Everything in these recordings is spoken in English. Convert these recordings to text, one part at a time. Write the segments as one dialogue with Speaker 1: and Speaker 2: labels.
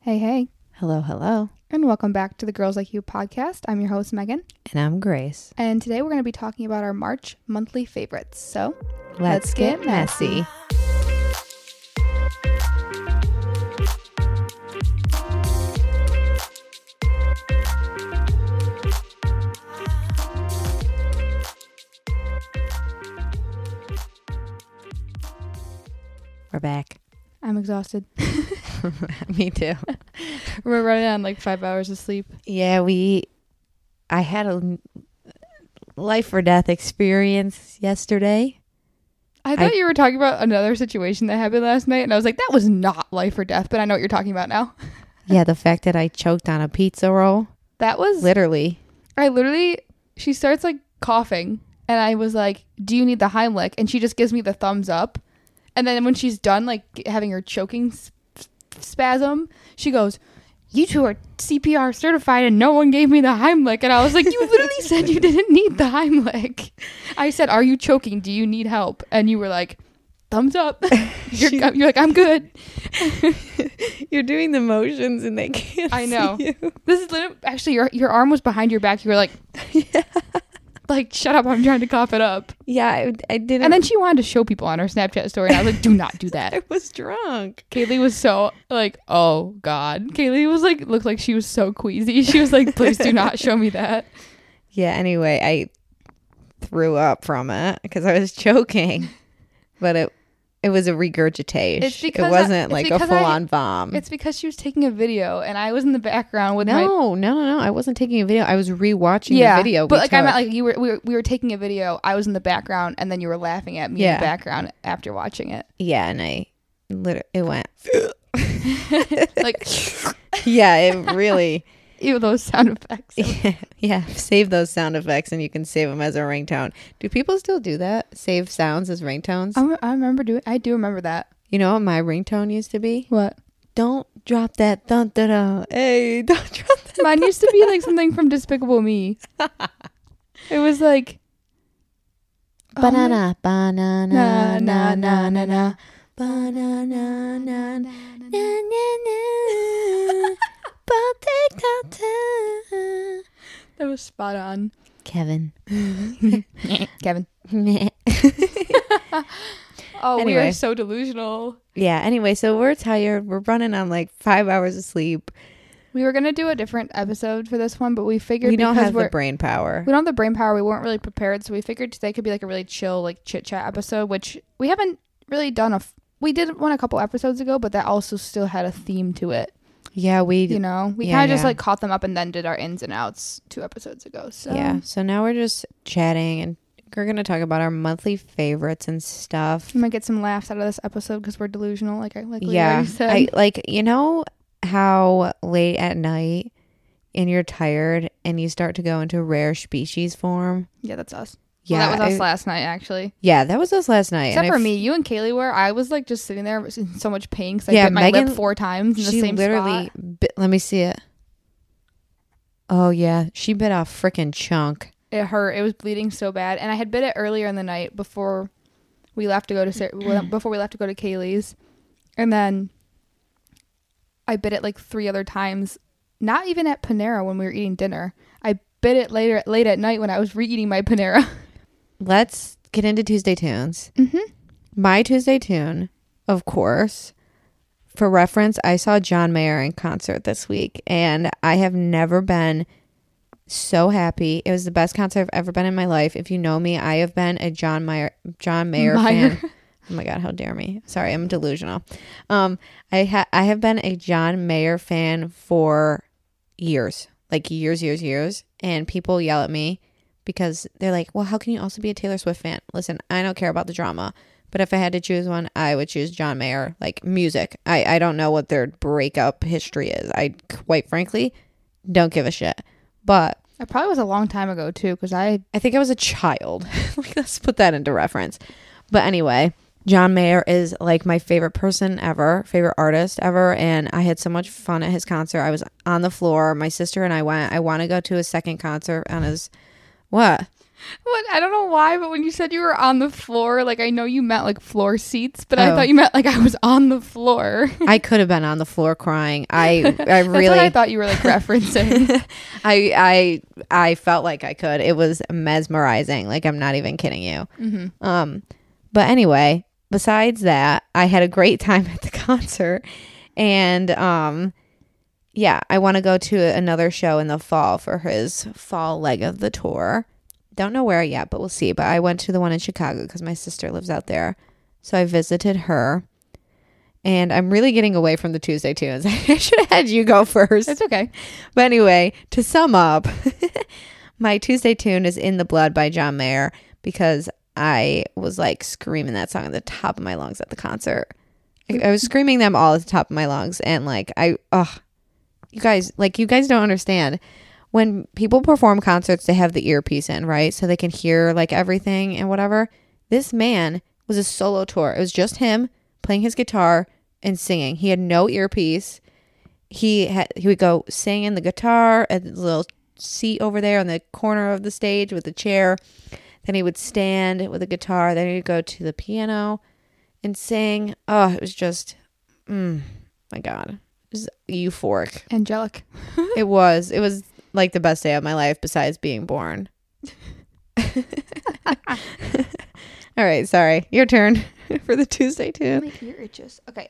Speaker 1: Hey, hey,
Speaker 2: Hello, hello.
Speaker 1: and welcome back to the Girls Like You podcast. I'm your host, Megan,
Speaker 2: And I'm Grace.
Speaker 1: and today we're going to be talking about our March monthly favorites. So,
Speaker 2: Let's, get, messy. We're back.
Speaker 1: I'm exhausted.
Speaker 2: Me too.
Speaker 1: we're running on like five hours of sleep.
Speaker 2: Yeah, we. I had a life or death experience yesterday.
Speaker 1: I thought you were talking about another situation that happened last night, and I was like, that was not life or death, but I know what you're talking about now.
Speaker 2: Yeah, the fact that I choked on a pizza roll.
Speaker 1: That was,
Speaker 2: Literally.
Speaker 1: I literally, she starts like coughing, and I was like, do you need the Heimlich? And she just gives me the thumbs up. And then when she's done, like having her choking s- spasm, she goes, You two are CPR certified and no one gave me the Heimlich. And I was like, You literally said you didn't need the Heimlich. I said, Are you choking? Do you need help? And you were like, Thumbs up. You're, you're like, I'm good.
Speaker 2: You're doing the motions and they can't.
Speaker 1: I know. This is literally, actually, your, your arm was behind your back. You were like, Like, shut up. I'm trying to cough it up.
Speaker 2: Yeah, I, I didn't.
Speaker 1: And then she wanted to show people on her Snapchat story. And I was like, Do not do that.
Speaker 2: I was drunk.
Speaker 1: Kaylee was so like, oh god. Kaylee was like, looked like she was so queasy. She was like, please do not show me that.
Speaker 2: Yeah, anyway, I threw up from it because I was choking. But it it was a regurgitation.
Speaker 1: It's
Speaker 2: It
Speaker 1: because I-
Speaker 2: wasn't
Speaker 1: it's
Speaker 2: like a
Speaker 1: because
Speaker 2: full
Speaker 1: I-
Speaker 2: on bomb.
Speaker 1: It's because she was taking a video and I was in the background with my
Speaker 2: no, no, no, no. I wasn't taking a video. I was rewatching
Speaker 1: yeah,
Speaker 2: the video.
Speaker 1: but
Speaker 2: we
Speaker 1: like I'm
Speaker 2: took.
Speaker 1: like you were we, were we were taking a video. I was in the background, and then you were laughing at me in
Speaker 2: Yeah.
Speaker 1: the background after watching it.
Speaker 2: yeah, and I literally it went.
Speaker 1: Like,
Speaker 2: yeah, it really.
Speaker 1: ew, those sound effects.
Speaker 2: yeah, save those sound effects, and you can save them as a ringtone. Do people still do that? Save sounds as ringtones.
Speaker 1: I, I remember doing. I do remember that.
Speaker 2: You know what my ringtone used to be?
Speaker 1: What?
Speaker 2: Don't drop that dun dun dun. Hey, don't drop that.
Speaker 1: Mine used to be like something from Despicable Me. It was like Oh my-
Speaker 2: Banana, banana,
Speaker 1: na na na na na.
Speaker 2: banana, na na na na. Potato.
Speaker 1: That was spot on.
Speaker 2: Kevin.
Speaker 1: Kevin.
Speaker 2: Meh.
Speaker 1: Oh, we
Speaker 2: Anyway.
Speaker 1: are so delusional.
Speaker 2: yeah. Anyway, so we're tired. We're running on like five hours of sleep.
Speaker 1: We were gonna do a different episode for this one, but we figured
Speaker 2: We don't
Speaker 1: because
Speaker 2: have
Speaker 1: we're
Speaker 2: the brain power.
Speaker 1: we don't have the brain power, we weren't really prepared, so we figured today could be like a really chill, like chit chat episode, which we haven't really done a. F- we did one a couple episodes ago, but that also still had a theme to it.
Speaker 2: Yeah, we.
Speaker 1: You know, we
Speaker 2: Yeah,
Speaker 1: kind of just
Speaker 2: yeah.
Speaker 1: like caught them up and then did our ins and outs two episodes ago. So
Speaker 2: yeah. So now we're just chatting, and we're gonna talk about our monthly favorites and stuff.
Speaker 1: you might get some laughs out of this episode because we're delusional, like I like we
Speaker 2: yeah
Speaker 1: already said.
Speaker 2: I, like you know how late at night and you're tired and you start to go into rare species form
Speaker 1: yeah, that's us.
Speaker 2: yeah
Speaker 1: Yeah, well, that was us
Speaker 2: I-
Speaker 1: last night actually.
Speaker 2: yeah that was us last night and
Speaker 1: Except
Speaker 2: I
Speaker 1: for
Speaker 2: f-
Speaker 1: me, you and Kaylee were. I was like just sitting there in so much pain because I
Speaker 2: Yeah,
Speaker 1: bit my
Speaker 2: Megan-
Speaker 1: lip four times in the
Speaker 2: she
Speaker 1: same
Speaker 2: literally
Speaker 1: spot.
Speaker 2: bit, let me see it oh yeah she bit a freaking chunk
Speaker 1: It hurt. It was bleeding so bad, and I had bit it earlier in the night before we left to go to Sar- well, before we left to go to Kaylee's, and then I bit it like three other times. Not even at Panera when we were eating dinner. I bit it later late at night when I was re-eating my Panera.
Speaker 2: let's get into tuesday tunes
Speaker 1: mm-hmm.
Speaker 2: my tuesday tune of course for reference i saw john mayer in concert this week and i have never been so happy it was the best concert i've ever been in my life if you know me i have been a john mayer john mayer,
Speaker 1: Mayer.
Speaker 2: fan oh my god how dare me sorry i'm delusional um i ha- i have been a john mayer fan for years like years years years and people yell at me because they're like well how can you also be a taylor swift fan listen i don't care about the drama but if i had to choose one i would choose john mayer like music i i don't know what their breakup history is i quite frankly don't give a shit but
Speaker 1: It probably was a long time ago too, because I
Speaker 2: I think I was a child. like, let's put that into reference. But anyway, John Mayer is like my favorite person ever, favorite artist ever. And I had so much fun at his concert. I was on the floor. My sister and I went. I want to go to his second concert on his. What?
Speaker 1: What I don't know why, but when you said you were on the floor, like I know you meant like floor seats, but I
Speaker 2: Oh.
Speaker 1: thought you meant like I was on the floor.
Speaker 2: I could have been on the floor crying. I I
Speaker 1: That's what I
Speaker 2: really
Speaker 1: thought you were like referencing.
Speaker 2: I I I felt like I could. It was mesmerizing. Like I'm not even kidding you.
Speaker 1: mm-hmm.
Speaker 2: Um, but anyway, besides that, I had a great time at the concert, and um, yeah, I want to go to another show in the fall for his fall leg of the tour. Don't know where yet, but we'll see. But I went to the one in Chicago because my sister lives out there, so I visited her. And I'm really getting away from the Tuesday tunes. I should have had you go first.
Speaker 1: It's okay.
Speaker 2: But anyway, to sum up, my Tuesday tune is In the Blood by John Mayer because I was like screaming that song at the top of my lungs at the concert. I, I was screaming them all at the top of my lungs. And like, I, ugh, you guys, like, you guys don't understand. When people perform concerts, they have the earpiece in, right? So they can hear like everything and whatever. This man was a solo tour, it was just him playing his guitar and singing. He had no earpiece he had he would go sing in the guitar at the little seat over there on the corner of the stage with the chair. Then he would stand with a the guitar. Then he'd go to the piano and sing. Oh, it was just, mm, my God, it was euphoric.
Speaker 1: Angelic.
Speaker 2: it was. It was like the best day of my life besides being born. All right, sorry. Your turn for the Tuesday tune.
Speaker 1: My ear itches. Okay.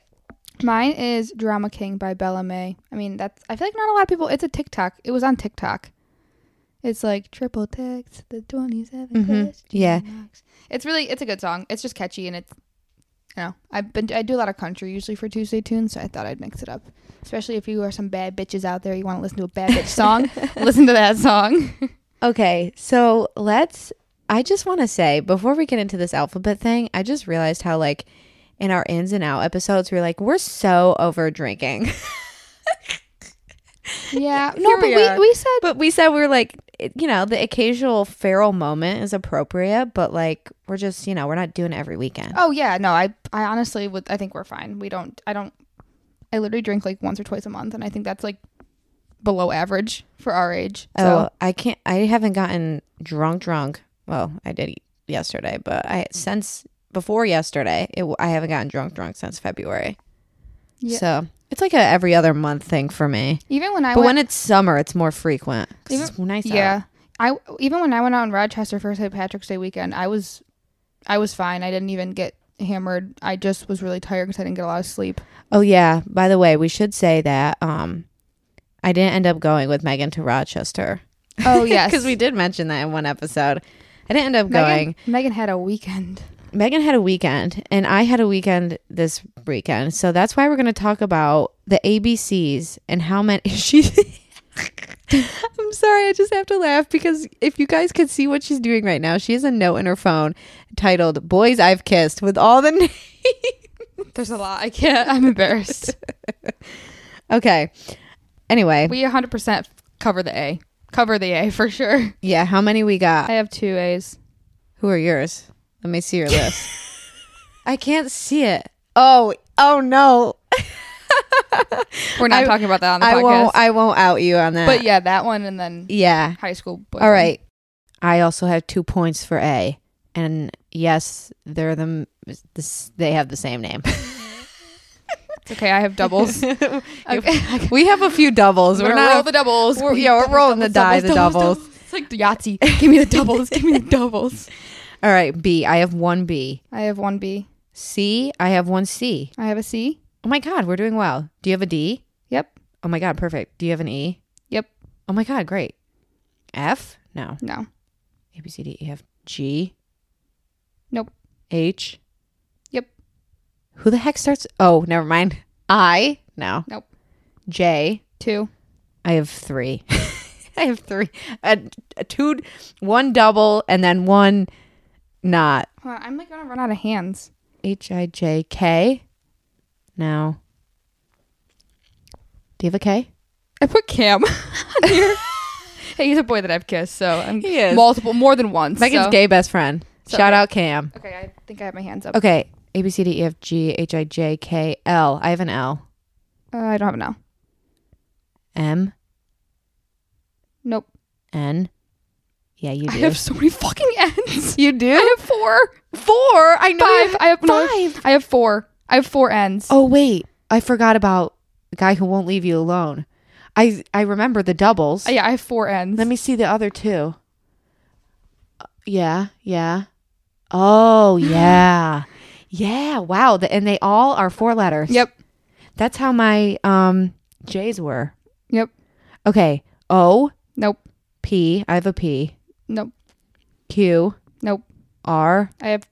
Speaker 1: Mine is Drama King by Bella May. I mean, that's I feel like not a lot of people it's a TikTok. It was on TikTok. It's like triple text, the twenty
Speaker 2: Mhm. Yeah.
Speaker 1: It's really it's a good song. It's just catchy and it's you know, I've been I do a lot of country usually for Tuesday tunes, so I thought I'd mix it up. Especially if you are some bad bitches out there, you want to listen to a bad bitch song, listen to that song.
Speaker 2: Okay, so let's. I just want to say before we get into this alphabet thing, I just realized how like in our ins and out episodes, we're like we're so over drinking,
Speaker 1: Yeah.
Speaker 2: Here
Speaker 1: No, but
Speaker 2: we
Speaker 1: we,
Speaker 2: are.
Speaker 1: we, said
Speaker 2: but we said we are like it- you know the occasional feral moment is appropriate, but like we're just you know we're not doing it every weekend.
Speaker 1: Oh yeah, no, I I honestly would I think we're fine. We don't I don't I literally drink like once or twice a month and I think that's like below average for our age. So
Speaker 2: Oh, I can't. I haven't gotten drunk, drunk. Well, I did yesterday, but I
Speaker 1: Mm.
Speaker 2: since before yesterday, it, I haven't gotten drunk, drunk since February.
Speaker 1: Yeah.
Speaker 2: So it's like a every other month thing for me.
Speaker 1: even when I
Speaker 2: But
Speaker 1: went
Speaker 2: when it's summer, it's more frequent. 'cause
Speaker 1: Even-
Speaker 2: it's nice out.
Speaker 1: Yeah. I even when I went out in Rochester for St. Patrick's Day weekend, I was I was fine. I didn't even get hammered. I just was really tired cuz I didn't get a lot of sleep.
Speaker 2: Oh yeah. By the way, we should say that um, I didn't end up going with Megan to Rochester
Speaker 1: Oh yes.
Speaker 2: because we did mention that in one episode. I didn't end up
Speaker 1: Megan,
Speaker 2: going.
Speaker 1: Megan had a weekend.
Speaker 2: Megan had a weekend, and I had a weekend this weekend. So that's why we're going to talk about the ABCs and how many she. I'm sorry, I just have to laugh because if you guys could see what she's doing right now, she has a note in her phone titled "Boys I've Kissed" with all the names.
Speaker 1: There's a lot. I can't. I'm embarrassed.
Speaker 2: Okay. Anyway,
Speaker 1: we 100% cover the A. Cover the A for sure.
Speaker 2: yeah, how many we got?
Speaker 1: I have two A's.
Speaker 2: Who are yours? Let me see your list. I can't see it. Oh, oh no.
Speaker 1: We're not
Speaker 2: I-
Speaker 1: talking about that on the
Speaker 2: I
Speaker 1: podcast.
Speaker 2: won't I won't out you on that.
Speaker 1: but yeah, that one and then
Speaker 2: yeah.
Speaker 1: high school. Boyfriend.
Speaker 2: All right. I also have 2 points for A. And yes, they're the this, they have the same name.
Speaker 1: It's okay. I have doubles. okay.
Speaker 2: we have a few doubles.
Speaker 1: We're gonna roll the doubles.
Speaker 2: we're- yeah, we're rolling the die, the doubles.
Speaker 1: It's like the Yahtzee. Give me the doubles. Give me the doubles.
Speaker 2: All right, B. I have 1 B.
Speaker 1: I have one B.
Speaker 2: C, I have 1 C.
Speaker 1: I have a C.
Speaker 2: Oh my god, we're doing well. Do you have a D?
Speaker 1: Yep.
Speaker 2: Oh my god, perfect. Do you have an E?
Speaker 1: Yep.
Speaker 2: Oh my god, great. F? No.
Speaker 1: No.
Speaker 2: A B C D E F G.
Speaker 1: Nope.
Speaker 2: H.
Speaker 1: Yep.
Speaker 2: Who the heck starts? Oh, never mind. I. No.
Speaker 1: Nope.
Speaker 2: J.
Speaker 1: Two.
Speaker 2: I have three. I have three. A, a two, one double, and then one not.
Speaker 1: Hold on, I'm like gonna run out of hands.
Speaker 2: H I J K. No. Do you have a K?
Speaker 1: I put Cam on here. hey, he's a boy that I've kissed, so I'm
Speaker 2: He is.
Speaker 1: multiple, more than once.
Speaker 2: Megan's
Speaker 1: so.
Speaker 2: gay best friend.
Speaker 1: So-
Speaker 2: Shout out Cam.
Speaker 1: Okay, I think I have my hands up.
Speaker 2: Okay. A B C D E F G H I J K L. I have an L.
Speaker 1: Uh, I don't have it now.
Speaker 2: M
Speaker 1: Nope.
Speaker 2: N Yeah, you
Speaker 1: I
Speaker 2: do.
Speaker 1: have so many fucking ends.
Speaker 2: you do?
Speaker 1: I have four,
Speaker 2: four. I know. you
Speaker 1: five. I have no,
Speaker 2: five.
Speaker 1: I have four. I have four ends.
Speaker 2: Oh wait, I forgot about the guy who won't leave you alone. I I remember the doubles.
Speaker 1: Uh, yeah, I have four ends.
Speaker 2: Let me see the other two. Uh, Yeah, yeah. Oh yeah, yeah. Wow, the, and they all are four letters.
Speaker 1: Yep.
Speaker 2: That's how my um J's were.
Speaker 1: Yep.
Speaker 2: Okay. O
Speaker 1: Nope.
Speaker 2: P. I have a P.
Speaker 1: Nope.
Speaker 2: Q
Speaker 1: Nope.
Speaker 2: R.
Speaker 1: I have.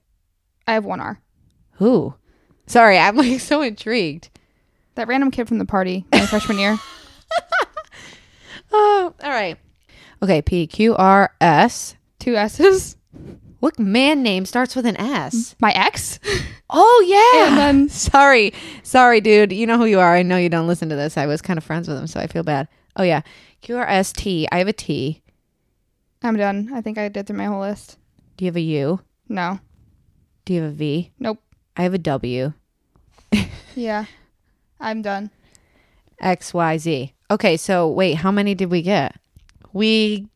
Speaker 1: I have one R.
Speaker 2: Who? Sorry, I'm like so intrigued.
Speaker 1: That random kid from the party my freshman year.
Speaker 2: Oh, all right. Okay, P Q R S.
Speaker 1: Two S's.
Speaker 2: What man name starts with an S?
Speaker 1: My ex.
Speaker 2: Mm. Oh yeah.
Speaker 1: And then-
Speaker 2: sorry, sorry, dude. You know who you are. I know you don't listen to this. I was kind of friends with him, so I feel bad. Oh yeah, Q R S T. I have a T.
Speaker 1: I'm done. I think I did through my whole list.
Speaker 2: Do you have a U?
Speaker 1: No.
Speaker 2: Do you have a V?
Speaker 1: Nope.
Speaker 2: I have a W.
Speaker 1: Yeah. I'm done.
Speaker 2: X Y Z. Okay, so wait, how many did we get? We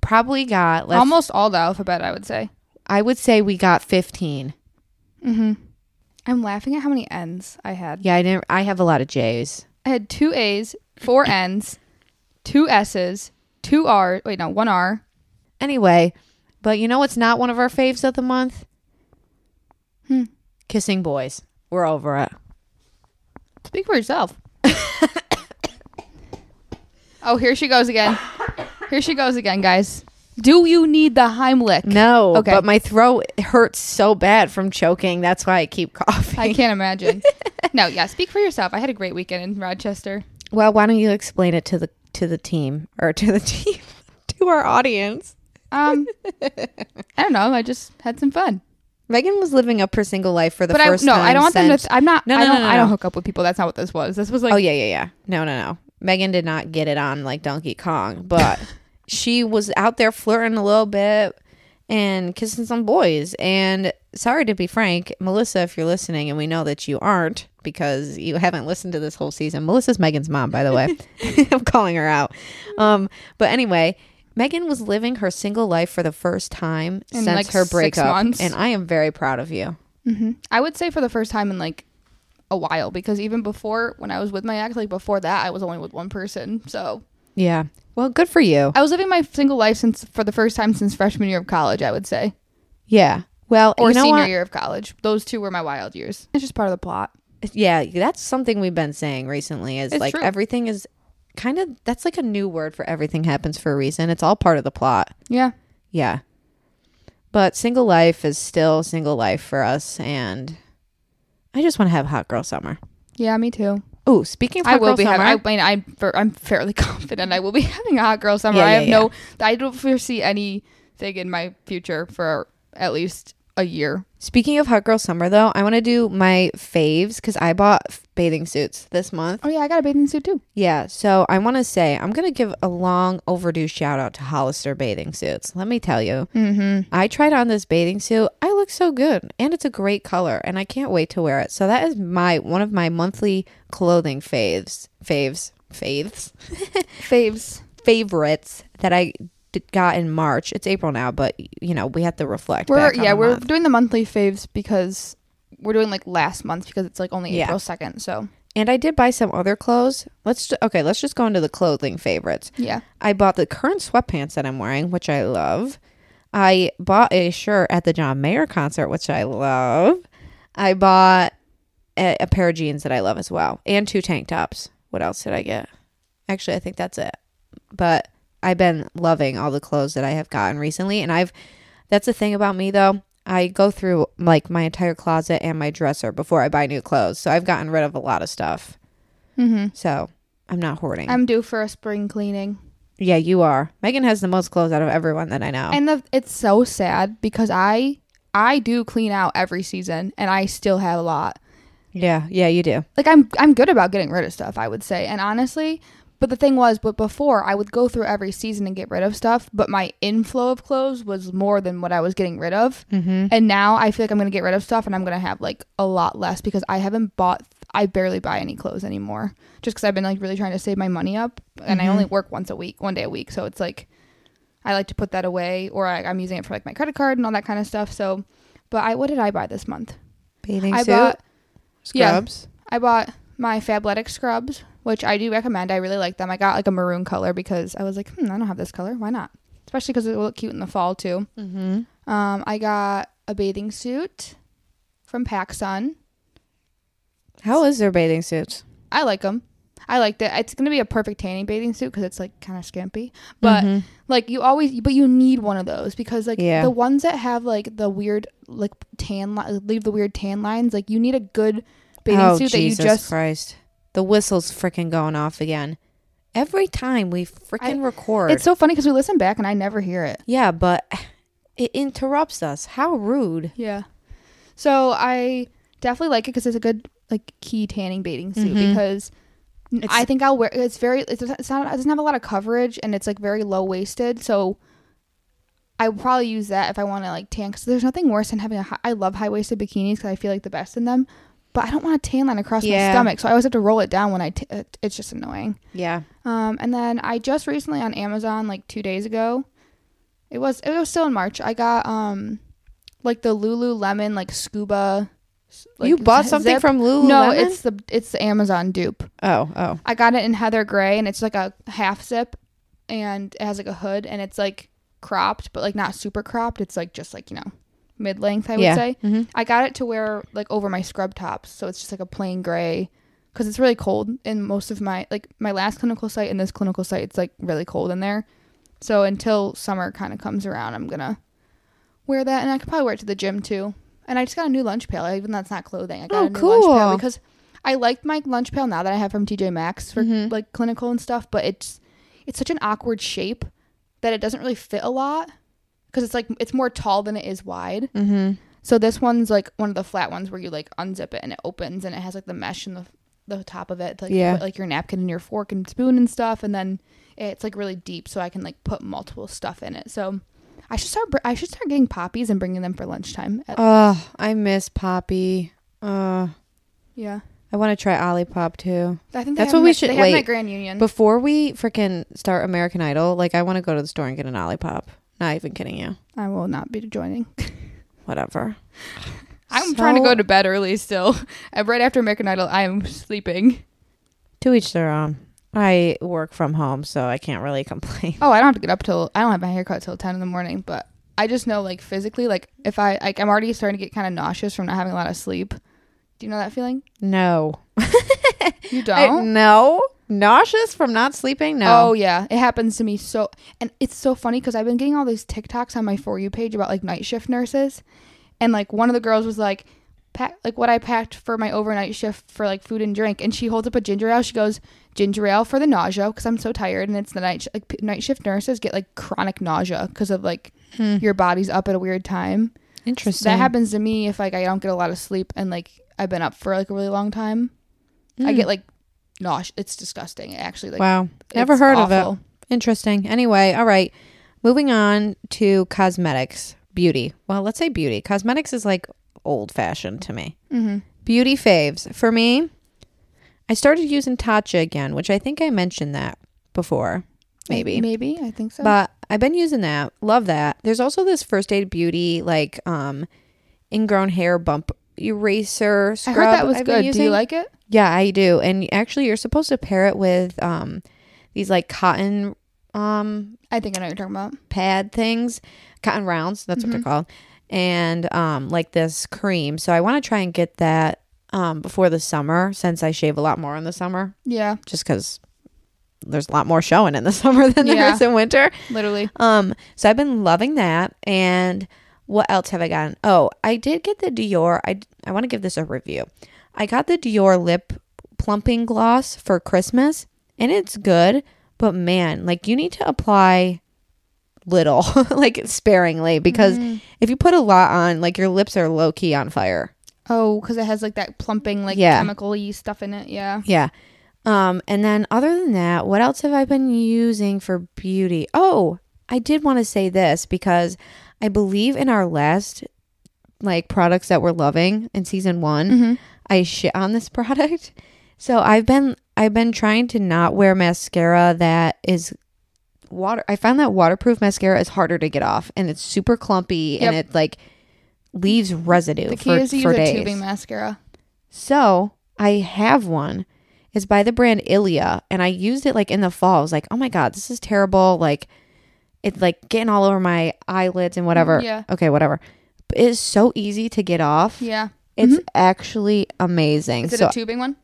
Speaker 2: probably got. Let's,
Speaker 1: Almost all the alphabet, I would say.
Speaker 2: I would say we got fifteen.
Speaker 1: Mm-hmm. I'm laughing at how many N's I had.
Speaker 2: Yeah, I didn't. I have a lot of J's.
Speaker 1: I had two A's, four N's, two S's, two R. Wait, no, one R.
Speaker 2: Anyway, but you know what's not one of our faves of the month?
Speaker 1: Hmm.
Speaker 2: Kissing boys. We're over it.
Speaker 1: Speak for yourself. oh, here she goes again. Here she goes again, guys. Do you need the Heimlich?
Speaker 2: No,
Speaker 1: Okay.
Speaker 2: but my throat hurts so bad from choking. That's why I keep coughing.
Speaker 1: I can't imagine. no, yeah, speak for yourself. I had a great weekend in Rochester.
Speaker 2: well, why don't you explain it to the to the team or to the team to our audience?
Speaker 1: Um, I don't know. I just had some fun.
Speaker 2: Megan was living up her single life for the
Speaker 1: but I
Speaker 2: first
Speaker 1: no,
Speaker 2: time.
Speaker 1: I don't want them to.
Speaker 2: since-
Speaker 1: I'm not.
Speaker 2: No,
Speaker 1: I
Speaker 2: no,
Speaker 1: don't.
Speaker 2: no, no,
Speaker 1: I don't
Speaker 2: no.
Speaker 1: hook up with people. That's not what this was. This was like.
Speaker 2: oh yeah, yeah, yeah. No, no, no. Megan did not get it on like Donkey Kong, but she was out there flirting a little bit and kissing some boys. And sorry to be frank, Melissa, if you're listening, and we know that you aren't because you haven't listened to this whole season. Melissa's Megan's mom, by the way. I'm calling her out. Um, but anyway. Megan was living her single life for the first time
Speaker 1: In,
Speaker 2: since
Speaker 1: like,
Speaker 2: her
Speaker 1: six
Speaker 2: breakup,
Speaker 1: months.
Speaker 2: and I am very proud of you.
Speaker 1: Mhm. I would say for the first time in like a while because even before when I was with my ex, like before that, I was only with one person. So
Speaker 2: Yeah. Well, good for you.
Speaker 1: I was living my single life since for the first time since freshman year of college. I would say
Speaker 2: Yeah. Well,
Speaker 1: or
Speaker 2: you know
Speaker 1: senior
Speaker 2: what?
Speaker 1: year of college. Those two were my wild years. It's just part of the plot.
Speaker 2: yeah that's something we've been saying recently is
Speaker 1: It's
Speaker 2: like
Speaker 1: true.
Speaker 2: everything is kind of that's like a new word for everything happens for a reason it's all part of the plot
Speaker 1: Yeah.
Speaker 2: yeah but single life is still single life for us and i just want to have hot girl summer
Speaker 1: Yeah, me too.
Speaker 2: oh speaking of hot
Speaker 1: I will
Speaker 2: girl
Speaker 1: be
Speaker 2: summer
Speaker 1: having. I mean, I'm fa- I'm fairly confident I will be having a hot girl summer.
Speaker 2: Yeah,
Speaker 1: I
Speaker 2: yeah,
Speaker 1: have no. I don't foresee anything in my future for at least a year.
Speaker 2: speaking of hot girl summer though i want to do my faves because i bought f- bathing suits this month
Speaker 1: Oh yeah, I got a bathing suit too.
Speaker 2: yeah so i want to say i'm gonna give a long overdue shout out to hollister bathing suits let me tell you
Speaker 1: Mm-hmm.
Speaker 2: I tried on this bathing suit. I look so good, and it's a great color, and I can't wait to wear it. So that is my one of my monthly clothing faves, faves, faves,
Speaker 1: Faves.
Speaker 2: favorites that I d- got in March. It's April now, but you know we have to reflect.
Speaker 1: We're
Speaker 2: back on
Speaker 1: yeah,
Speaker 2: the
Speaker 1: we're
Speaker 2: month.
Speaker 1: doing the monthly faves because we're doing like last month because it's like only
Speaker 2: Yeah.
Speaker 1: April second. So
Speaker 2: and I did buy some other clothes. Let's ju- okay, let's just go into the clothing favorites.
Speaker 1: yeah,
Speaker 2: I bought the current sweatpants that I'm wearing, which I love. I bought a shirt at the John Mayer concert, which I love. I bought a, a pair of jeans that I love as well, and two tank tops. What else did I get? Actually, I think that's it. But I've been loving all the clothes that I have gotten recently, and I've that's the thing about me though. I go through like my entire closet and my dresser before I buy new clothes, so I've gotten rid of a lot of stuff.
Speaker 1: mm-hmm.
Speaker 2: So I'm not hoarding.
Speaker 1: I'm due for a spring cleaning,
Speaker 2: Yeah, you are. Megan has the most clothes out of everyone that I know.
Speaker 1: and the, it's so sad because I I do clean out every season, and I still have a lot.
Speaker 2: yeah, yeah, you do.
Speaker 1: like I'm I'm good about getting rid of stuff, I would say. And honestly, but the thing was, but before I would go through every season and get rid of stuff, but my inflow of clothes was more than what I was getting rid of.
Speaker 2: Mm-hmm.
Speaker 1: And now I feel like I'm going to get rid of stuff and I'm going to have like a lot less because I haven't bought I barely buy any clothes anymore just cuz I've been like really trying to save my money up and I
Speaker 2: Mhm.
Speaker 1: only work once a week, one day a week. So it's like I like to put that away, or I, I'm using it for like my credit card and all that kind of stuff. So, but I what did I buy this month?
Speaker 2: Bathing
Speaker 1: I
Speaker 2: suit,
Speaker 1: bought yeah.
Speaker 2: scrubs.
Speaker 1: I bought my Fabletic scrubs, which I do recommend. I really like them. I got like a maroon color because I was like, hmm, I don't have this color. Why not? Especially because it will look cute in the fall too.
Speaker 2: Mm-hmm.
Speaker 1: Um, I got a bathing suit from PacSun.
Speaker 2: How is their bathing suits?
Speaker 1: I like them. I liked it. It's gonna be a perfect tanning bathing suit because it's like kind of skimpy, but
Speaker 2: Mhm.
Speaker 1: like you always, but you need one of those because like
Speaker 2: Yeah.
Speaker 1: the ones that have like the weird like tan li- leave the weird tan lines. Like you need a good bathing
Speaker 2: oh,
Speaker 1: suit
Speaker 2: Jesus
Speaker 1: that you just
Speaker 2: Christ. The whistle's freaking going off again. Every time we freaking record.
Speaker 1: It's so funny because we listen back and I never hear it.
Speaker 2: yeah, but it interrupts us. How rude.
Speaker 1: Yeah. So I definitely like it because it's a good like key tanning bathing suit
Speaker 2: Mhm.
Speaker 1: because I
Speaker 2: It's-
Speaker 1: think I'll wear. It's very. It's, it's not. It doesn't have a lot of coverage and it's like very low waisted. So I would probably use that if I want to like tan because there's nothing worse than having a. High, I love high waisted bikinis because I feel like the best in them. But I don't want a tan line across
Speaker 2: Yeah.
Speaker 1: my stomach, so I always have to roll it down when I. T- it- it's just annoying.
Speaker 2: Yeah.
Speaker 1: Um, and then I just recently on Amazon like two days ago, it was it was still in March. I got um, like the Lululemon like scuba. s- like,
Speaker 2: you bought
Speaker 1: z-
Speaker 2: something
Speaker 1: zip-
Speaker 2: from Lululemon?
Speaker 1: No, it's the it's the Amazon dupe.
Speaker 2: Oh, oh.
Speaker 1: I got it in Heather Gray, and it's like a half zip, and it has like a hood, and it's like cropped, but like not super cropped. It's like just like you know, mid length. I would
Speaker 2: yeah.
Speaker 1: say.
Speaker 2: Mhm.
Speaker 1: I got it to wear like over my scrub tops, so it's just like a plain gray because it's really cold in most of my like my last clinical site and this clinical site. It's like really cold in there, so until summer kind of comes around, I'm gonna wear that, and I could probably wear it to the gym too. And I just got a new lunch pail. Even that's not clothing. I got
Speaker 2: Oh,
Speaker 1: a new lunch
Speaker 2: cool.
Speaker 1: pail because I like my lunch pail now that I have from TJ Maxx for
Speaker 2: Mhm.
Speaker 1: like clinical and stuff. But it's it's such an awkward shape that it doesn't really fit a lot because it's like it's more tall than it is wide.
Speaker 2: Mm-hmm.
Speaker 1: So this one's like one of the flat ones where you like unzip it and it opens and it has like the mesh in the the top of it to, like
Speaker 2: Yeah.
Speaker 1: put like your napkin and your fork and spoon and stuff and then it's like really deep so I can like put multiple stuff in it. So I should start br- I should start getting poppies and bringing them for lunchtime. At,
Speaker 2: Oh, I miss Poppy. Uh,
Speaker 1: yeah.
Speaker 2: I want to try Olipop too.
Speaker 1: I think they
Speaker 2: That's
Speaker 1: have
Speaker 2: what
Speaker 1: them
Speaker 2: we
Speaker 1: at-
Speaker 2: should-
Speaker 1: they have them
Speaker 2: wait.
Speaker 1: at Grand Union.
Speaker 2: Before we freaking start American Idol, like I want to go to the store and get an Olipop. Not even kidding you.
Speaker 1: I will not be joining.
Speaker 2: Whatever.
Speaker 1: I'm trying to
Speaker 2: So-
Speaker 1: go to bed early still. And right after American Idol, I am sleeping.
Speaker 2: To each their own. I work from home, so I can't really complain.
Speaker 1: Oh, I don't have to get up till I don't have my haircut till ten in the morning, but I just know like physically, like if I like I'm already starting to get kind of nauseous from not having a lot of sleep. Do you know that feeling?
Speaker 2: No.
Speaker 1: You
Speaker 2: I-
Speaker 1: don't.
Speaker 2: no. Nauseous from not sleeping? No.
Speaker 1: Oh yeah, it happens to me so, and it's so funny because I've been getting all these TikToks on my for you page about like night shift nurses, and like one of the girls was like, pack like what I packed for my overnight shift for like food and drink, and she holds up a ginger ale. She goes ginger ale for the nausea because I'm so tired, and it's the night sh- like p- night shift nurses get like chronic nausea because of like
Speaker 2: Hmm.
Speaker 1: your body's up at a weird time.
Speaker 2: Interesting.
Speaker 1: That happens to me if like I don't get a lot of sleep and like I've been up for like a really long time. I
Speaker 2: Mm.
Speaker 1: get like nauseous. It's disgusting. It Actually, like
Speaker 2: wow. Never heard of it. Interesting. Anyway, all right. Moving on to cosmetics, beauty. Well, let's say beauty. Cosmetics is like old fashioned to me.
Speaker 1: Mm-hmm.
Speaker 2: Beauty faves. For me, I started using Tatcha again, which I think I mentioned that before. Maybe.
Speaker 1: maybe I think so.
Speaker 2: But I've been using that. Love that. There's also this first aid beauty like um ingrown hair bump eraser
Speaker 1: I
Speaker 2: scrub.
Speaker 1: heard that was
Speaker 2: I've been
Speaker 1: good. Do you
Speaker 2: using.
Speaker 1: like it?
Speaker 2: Yeah, I do. And actually you're supposed to pair it with um these like cotton um
Speaker 1: I think I know what you're talking about.
Speaker 2: pad things, cotton rounds, that's what they're called. And um like this cream. So I want to try and get that um before the summer since I shave a lot more in the summer
Speaker 1: Yeah,
Speaker 2: just cuz there's a lot more showing in the summer than there
Speaker 1: Yeah.
Speaker 2: is in winter.
Speaker 1: literally.
Speaker 2: Um, so I've been loving that. And what else have I gotten? Oh, I did get the Dior. I I want to give this a review. I got the Dior lip plumping gloss for Christmas, and it's good. But man, like you need to apply little, like sparingly, because
Speaker 1: Mm-hmm.
Speaker 2: if you put a lot on, like your lips are low key on fire.
Speaker 1: Oh, because it has like that plumping, like
Speaker 2: Yeah.
Speaker 1: chemical-y stuff in it. Yeah.
Speaker 2: Yeah. Um, and then other than that, what else have I been using for beauty? Oh, I did want to say this because I believe in our last like products that we're loving in season one,
Speaker 1: Mhm.
Speaker 2: I shit on this product. So I've been I've been trying to not wear mascara that is water. I found that waterproof mascara is harder to get off, and it's super clumpy, and
Speaker 1: Yep.
Speaker 2: it like leaves residue
Speaker 1: The key
Speaker 2: for,
Speaker 1: is to
Speaker 2: for
Speaker 1: use a
Speaker 2: days.
Speaker 1: tubing mascara.
Speaker 2: So I have one. It's by the brand Ilia, and I used it like in the fall. I was like, oh my god, this is terrible. Like, it's like getting all over my eyelids and whatever.
Speaker 1: Mm, Yeah.
Speaker 2: Okay, whatever. But it is so easy to get off.
Speaker 1: Yeah. Mm-hmm.
Speaker 2: It's actually amazing.
Speaker 1: Is it
Speaker 2: so
Speaker 1: a tubing one?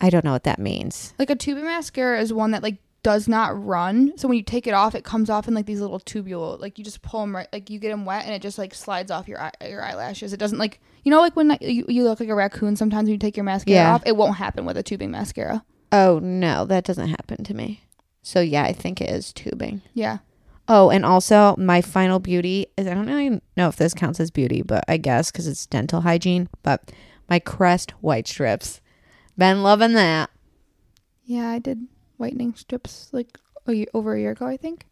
Speaker 2: I don't know what that means.
Speaker 1: Like a tubing mascara is one that like does not run. So when you take it off, it comes off in like these little tubule. Like you just pull them right. Like you get them wet, and it just like slides off your eye, your eyelashes. It doesn't like you know like when like, you, you look like a raccoon sometimes when you take your mascara
Speaker 2: Yeah.
Speaker 1: off. It won't happen with a tubing mascara.
Speaker 2: Oh no, that doesn't happen to me. So yeah, I think it is tubing.
Speaker 1: Yeah.
Speaker 2: Oh, and also my final beauty is I don't really know if this counts as beauty, but I guess because it's dental hygiene. But my Crest white strips, been loving that.
Speaker 1: Yeah, I did whitening strips like a year, over a year ago, I think.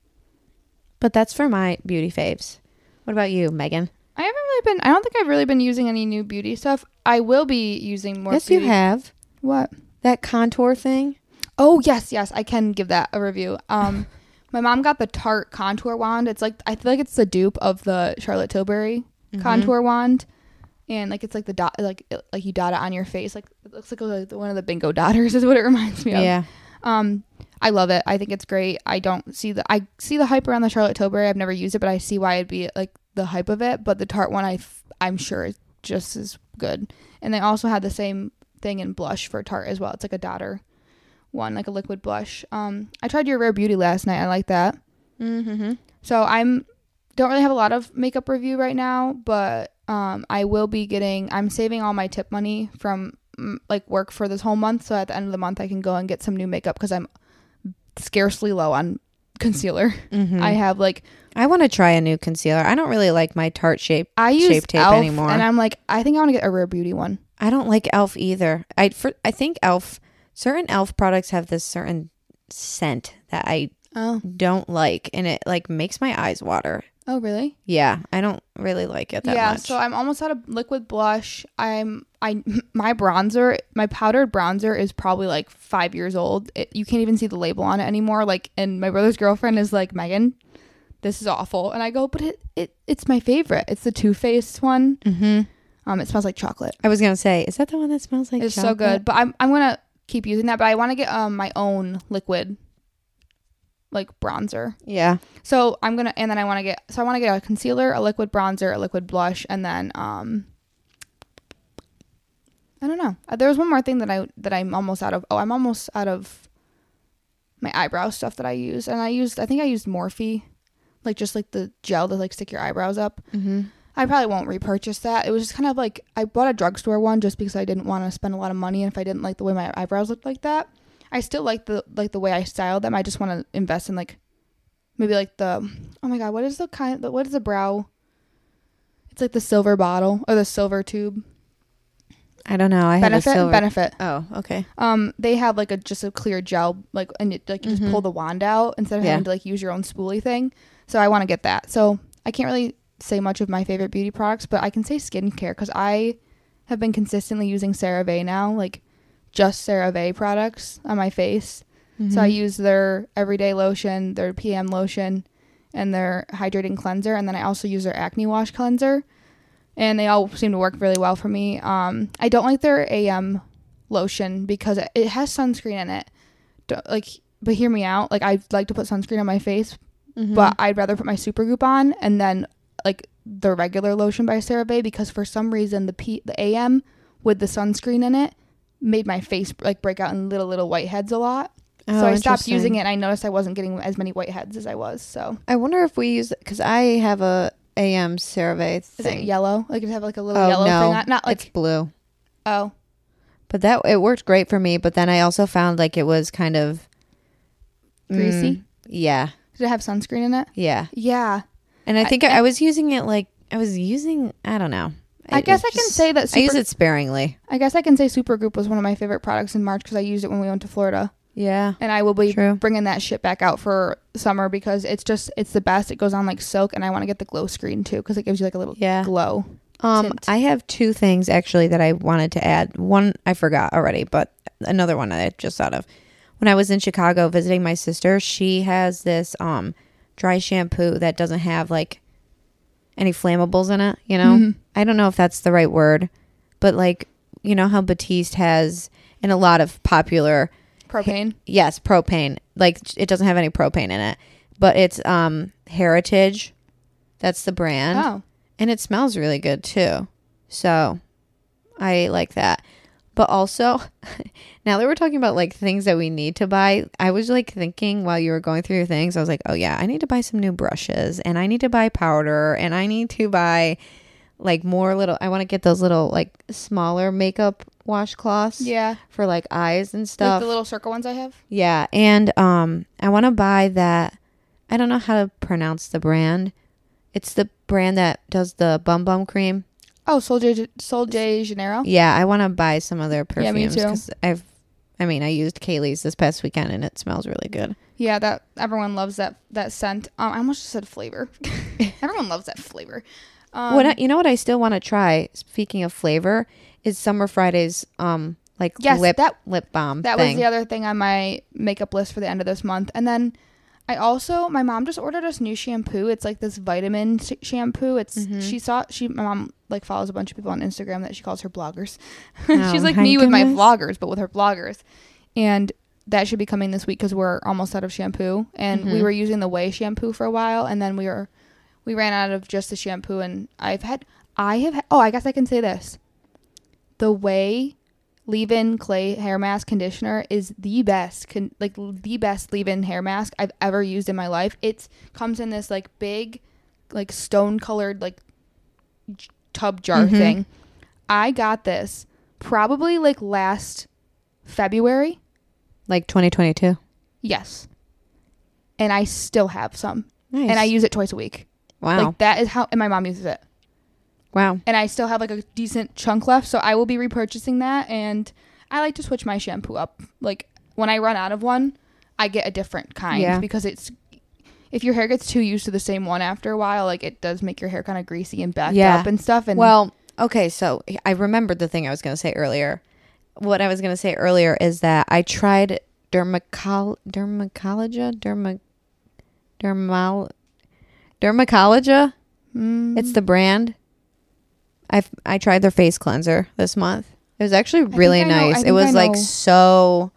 Speaker 2: But that's for my beauty faves. What about you, Megan?
Speaker 1: I haven't really been. I don't think I've really been using any new beauty stuff. I will be using more.
Speaker 2: yes,
Speaker 1: beauty.
Speaker 2: you have
Speaker 1: What?
Speaker 2: that contour thing.
Speaker 1: Oh yes, yes, I can give that a review. Um, my mom got the Tarte contour wand. It's like I feel like it's the dupe of the Charlotte Tilbury Mm-hmm.
Speaker 2: Mm-hmm.
Speaker 1: contour wand, and like it's like the dot, like it- like you dot it on your face. Like it looks like, like one of the bingo dotters is what it reminds me of.
Speaker 2: Yeah,
Speaker 1: Um, I love it. I think it's great. I don't see the I see the hype around the Charlotte Tilbury. I've never used it, but I see why it'd be like the hype of it. But the Tarte one, I f- I'm sure is just as good. And they also had the same thing in blush for Tarte as well. It's like a daughter one, like a liquid blush. Um, I tried your Rare Beauty last night. I like that.
Speaker 2: Mm-hmm.
Speaker 1: So I'm don't really have a lot of makeup review right now, but um, I will be getting. I'm saving all my tip money from mm, like work for this whole month, so at the end of the month I can go and get some new makeup because I'm scarcely low on concealer.
Speaker 2: Mm-hmm.
Speaker 1: I
Speaker 2: I
Speaker 1: have like
Speaker 2: I want to try a new concealer. I don't really like my tart shape.
Speaker 1: I use
Speaker 2: Shape tape
Speaker 1: Elf,
Speaker 2: anymore.
Speaker 1: and I'm like I think I want to get a Rare Beauty one.
Speaker 2: I don't like Elf either. I for, I think Elf certain Elf products have this certain scent that I
Speaker 1: Oh,
Speaker 2: don't like and it like makes my eyes water.
Speaker 1: oh really?
Speaker 2: Yeah, I don't really like it that
Speaker 1: yeah.
Speaker 2: much.
Speaker 1: So I'm almost out of liquid blush. I'm I my bronzer, my powdered bronzer is probably like five years old. It, you can't even see the label on it anymore. Like, and my brother's girlfriend is like Megan. This is awful, and I go, but it, it it's my favorite. It's the Too Faced one.
Speaker 2: hmm
Speaker 1: Um, it smells like chocolate.
Speaker 2: I was going to say, is that the one that smells like
Speaker 1: it's so
Speaker 2: chocolate?
Speaker 1: good. But I'm I'm gonna keep using that. But I want to get um my own liquid, like bronzer.
Speaker 2: Yeah.
Speaker 1: So I'm gonna, and then I want to get, so I want to get a concealer, a liquid bronzer, a liquid blush, and then um, I don't know. Uh, There was one more thing that I that I'm almost out of. Oh, I'm almost out of my eyebrow stuff that I use, and I used, I think I used Morphe, like just like the gel to like stick your eyebrows up.
Speaker 2: Mhm.
Speaker 1: I probably won't repurchase that. It was just kind of like I bought a drugstore one just because I didn't want to spend a lot of money, and if I didn't like the way my eyebrows looked like that, I still like the like the way I styled them. I just want to invest in like maybe like the oh my god, what is the kind? What is the brow? It's like the silver bottle or the silver tube.
Speaker 2: I don't know. I have a
Speaker 1: benefit,
Speaker 2: silver.
Speaker 1: benefit.
Speaker 2: oh, okay.
Speaker 1: Um, they have like a just a clear gel, like and it, like you
Speaker 2: Mhm.
Speaker 1: just pull the wand out instead of
Speaker 2: Yeah.
Speaker 1: having to like use your own spoolie thing. So I want to get that. So I can't really say much of my favorite beauty products, but I can say skincare because I have been consistently using CeraVe now, like just CeraVe products on my face. So
Speaker 2: Mm-hmm.
Speaker 1: I use their everyday lotion, their PM lotion, and their hydrating cleanser, and then I also use their acne wash cleanser. And they all seem to work really well for me. Um, I don't like their AM lotion because it- it has sunscreen in it. D like, but hear me out. Like, I like to put sunscreen on my face,
Speaker 2: Mhm.
Speaker 1: but I'd rather put my super group on and then like the regular lotion by CeraVe because for some reason the P the AM with the sunscreen in it made my face like break out in little little whiteheads a lot. so
Speaker 2: Oh,
Speaker 1: I stopped using
Speaker 2: interesting.
Speaker 1: it and I noticed I wasn't getting as many whiteheads as I was. So
Speaker 2: I wonder if we use because I have a AM CeraVe
Speaker 1: is
Speaker 2: thing.
Speaker 1: it yellow? Like it have like a little
Speaker 2: Oh,
Speaker 1: yellow
Speaker 2: no.
Speaker 1: thing on not
Speaker 2: it's
Speaker 1: like
Speaker 2: blue.
Speaker 1: oh.
Speaker 2: But that it worked great for me. But then I also found like it was kind of mm,
Speaker 1: Greasy?
Speaker 2: yeah,
Speaker 1: Did it have sunscreen in it?
Speaker 2: yeah.
Speaker 1: Yeah.
Speaker 2: And I
Speaker 1: I-
Speaker 2: think I, I was using it like I was using. I don't know.
Speaker 1: I
Speaker 2: It-
Speaker 1: guess
Speaker 2: it
Speaker 1: I can
Speaker 2: just-
Speaker 1: say that
Speaker 2: I use
Speaker 1: Super-
Speaker 2: it sparingly.
Speaker 1: I guess I can say Supergroup was one of my favorite products in March because I used it when we went to Florida.
Speaker 2: Yeah.
Speaker 1: And I will be
Speaker 2: True.
Speaker 1: bringing that shit back out for summer because it's just, it's the best. It goes on like silk. And I want to get the glow screen too because it gives you like a little
Speaker 2: Yeah.
Speaker 1: glow.
Speaker 2: Um,
Speaker 1: tint.
Speaker 2: I have two things actually that I wanted to add. One I forgot already, but another one I just thought of when I was in Chicago visiting my sister, she has this um dry shampoo that doesn't have like any flammables in it, you know?
Speaker 1: Mm-hmm.
Speaker 2: I don't know if that's the right word, but like, you know how Batiste has in a lot of popular
Speaker 1: Propane.
Speaker 2: yes, propane. Like it doesn't have any propane in it, but it's um Heritage. That's the brand
Speaker 1: Oh.
Speaker 2: and it smells really good too. So I like that. But also, now that we're talking about like things that we need to buy, I was like thinking while you were going through your things, I was like, oh yeah, I need to buy some new brushes and I need to buy powder and I need to buy like more little, I want to get those little like smaller makeup washcloths
Speaker 1: Yeah.
Speaker 2: for like eyes and
Speaker 1: Like
Speaker 2: stuff.
Speaker 1: the little circle ones I have.
Speaker 2: Yeah, and um, I want to buy that. I don't know how to pronounce the brand. It's the brand that does the bum bum cream.
Speaker 1: Oh, Sol de, Sol de Janeiro.
Speaker 2: Yeah, I want to buy some of their
Speaker 1: Oh. Yeah, me
Speaker 2: perfumes
Speaker 1: too.
Speaker 2: I've, I mean, I used Kaylee's this past weekend and it smells really good.
Speaker 1: Yeah, that everyone loves that that scent. Um, I almost just said flavor. everyone loves that flavor. Um,
Speaker 2: what I, you know what I still want to try. Speaking of flavor, is Summer Fridays um like
Speaker 1: Yes,
Speaker 2: lip
Speaker 1: that-
Speaker 2: lip balm
Speaker 1: That was
Speaker 2: thing.
Speaker 1: the other thing on my makeup list for the end of this month. And then I also my mom just ordered us new shampoo. It's like this vitamin sh- shampoo. It's
Speaker 2: Mm-hmm.
Speaker 1: she saw she my mom like follows a bunch of people on Instagram that she calls her bloggers.
Speaker 2: Oh
Speaker 1: She's like
Speaker 2: my
Speaker 1: me with my
Speaker 2: goodness.
Speaker 1: vloggers, but with her bloggers. And that should be coming this week because we're almost out of shampoo. And we
Speaker 2: Mm-hmm.
Speaker 1: were using the Way shampoo for a while, and then we were we ran out of just the shampoo. And I've had I have ha- oh I guess I can say this, the Way leave-in clay hair mask conditioner is the best con- like l- the best leave-in hair mask I've ever used in my life. It comes in this like big like stone colored like j- tub jar
Speaker 2: Mm-hmm.
Speaker 1: thing. I got this probably like last February.
Speaker 2: like 2022.
Speaker 1: Yes. And I still have some.
Speaker 2: Nice.
Speaker 1: And I use it twice a week.
Speaker 2: wow
Speaker 1: Like that is how and my mom uses it.
Speaker 2: wow.
Speaker 1: And I still have like a decent chunk left, so I will be repurchasing that and I like to switch my shampoo up. Like when I run out of one, I get a different kind
Speaker 2: Yeah.
Speaker 1: because it's if your hair gets too used to the same one after a while, like it does make your hair kind of greasy and backed
Speaker 2: Yeah.
Speaker 1: up and stuff and
Speaker 2: Well, okay, so I remembered the thing I was going to say earlier. What I was going to say earlier is that I tried dermacol dermacologia derma dermal dermacologia.
Speaker 1: mm, Mm-hmm.
Speaker 2: It's the brand. I have I tried their face cleanser this month. It was actually
Speaker 1: think
Speaker 2: really
Speaker 1: I know- I
Speaker 2: nice. it
Speaker 1: think
Speaker 2: was
Speaker 1: I
Speaker 2: like
Speaker 1: know.
Speaker 2: so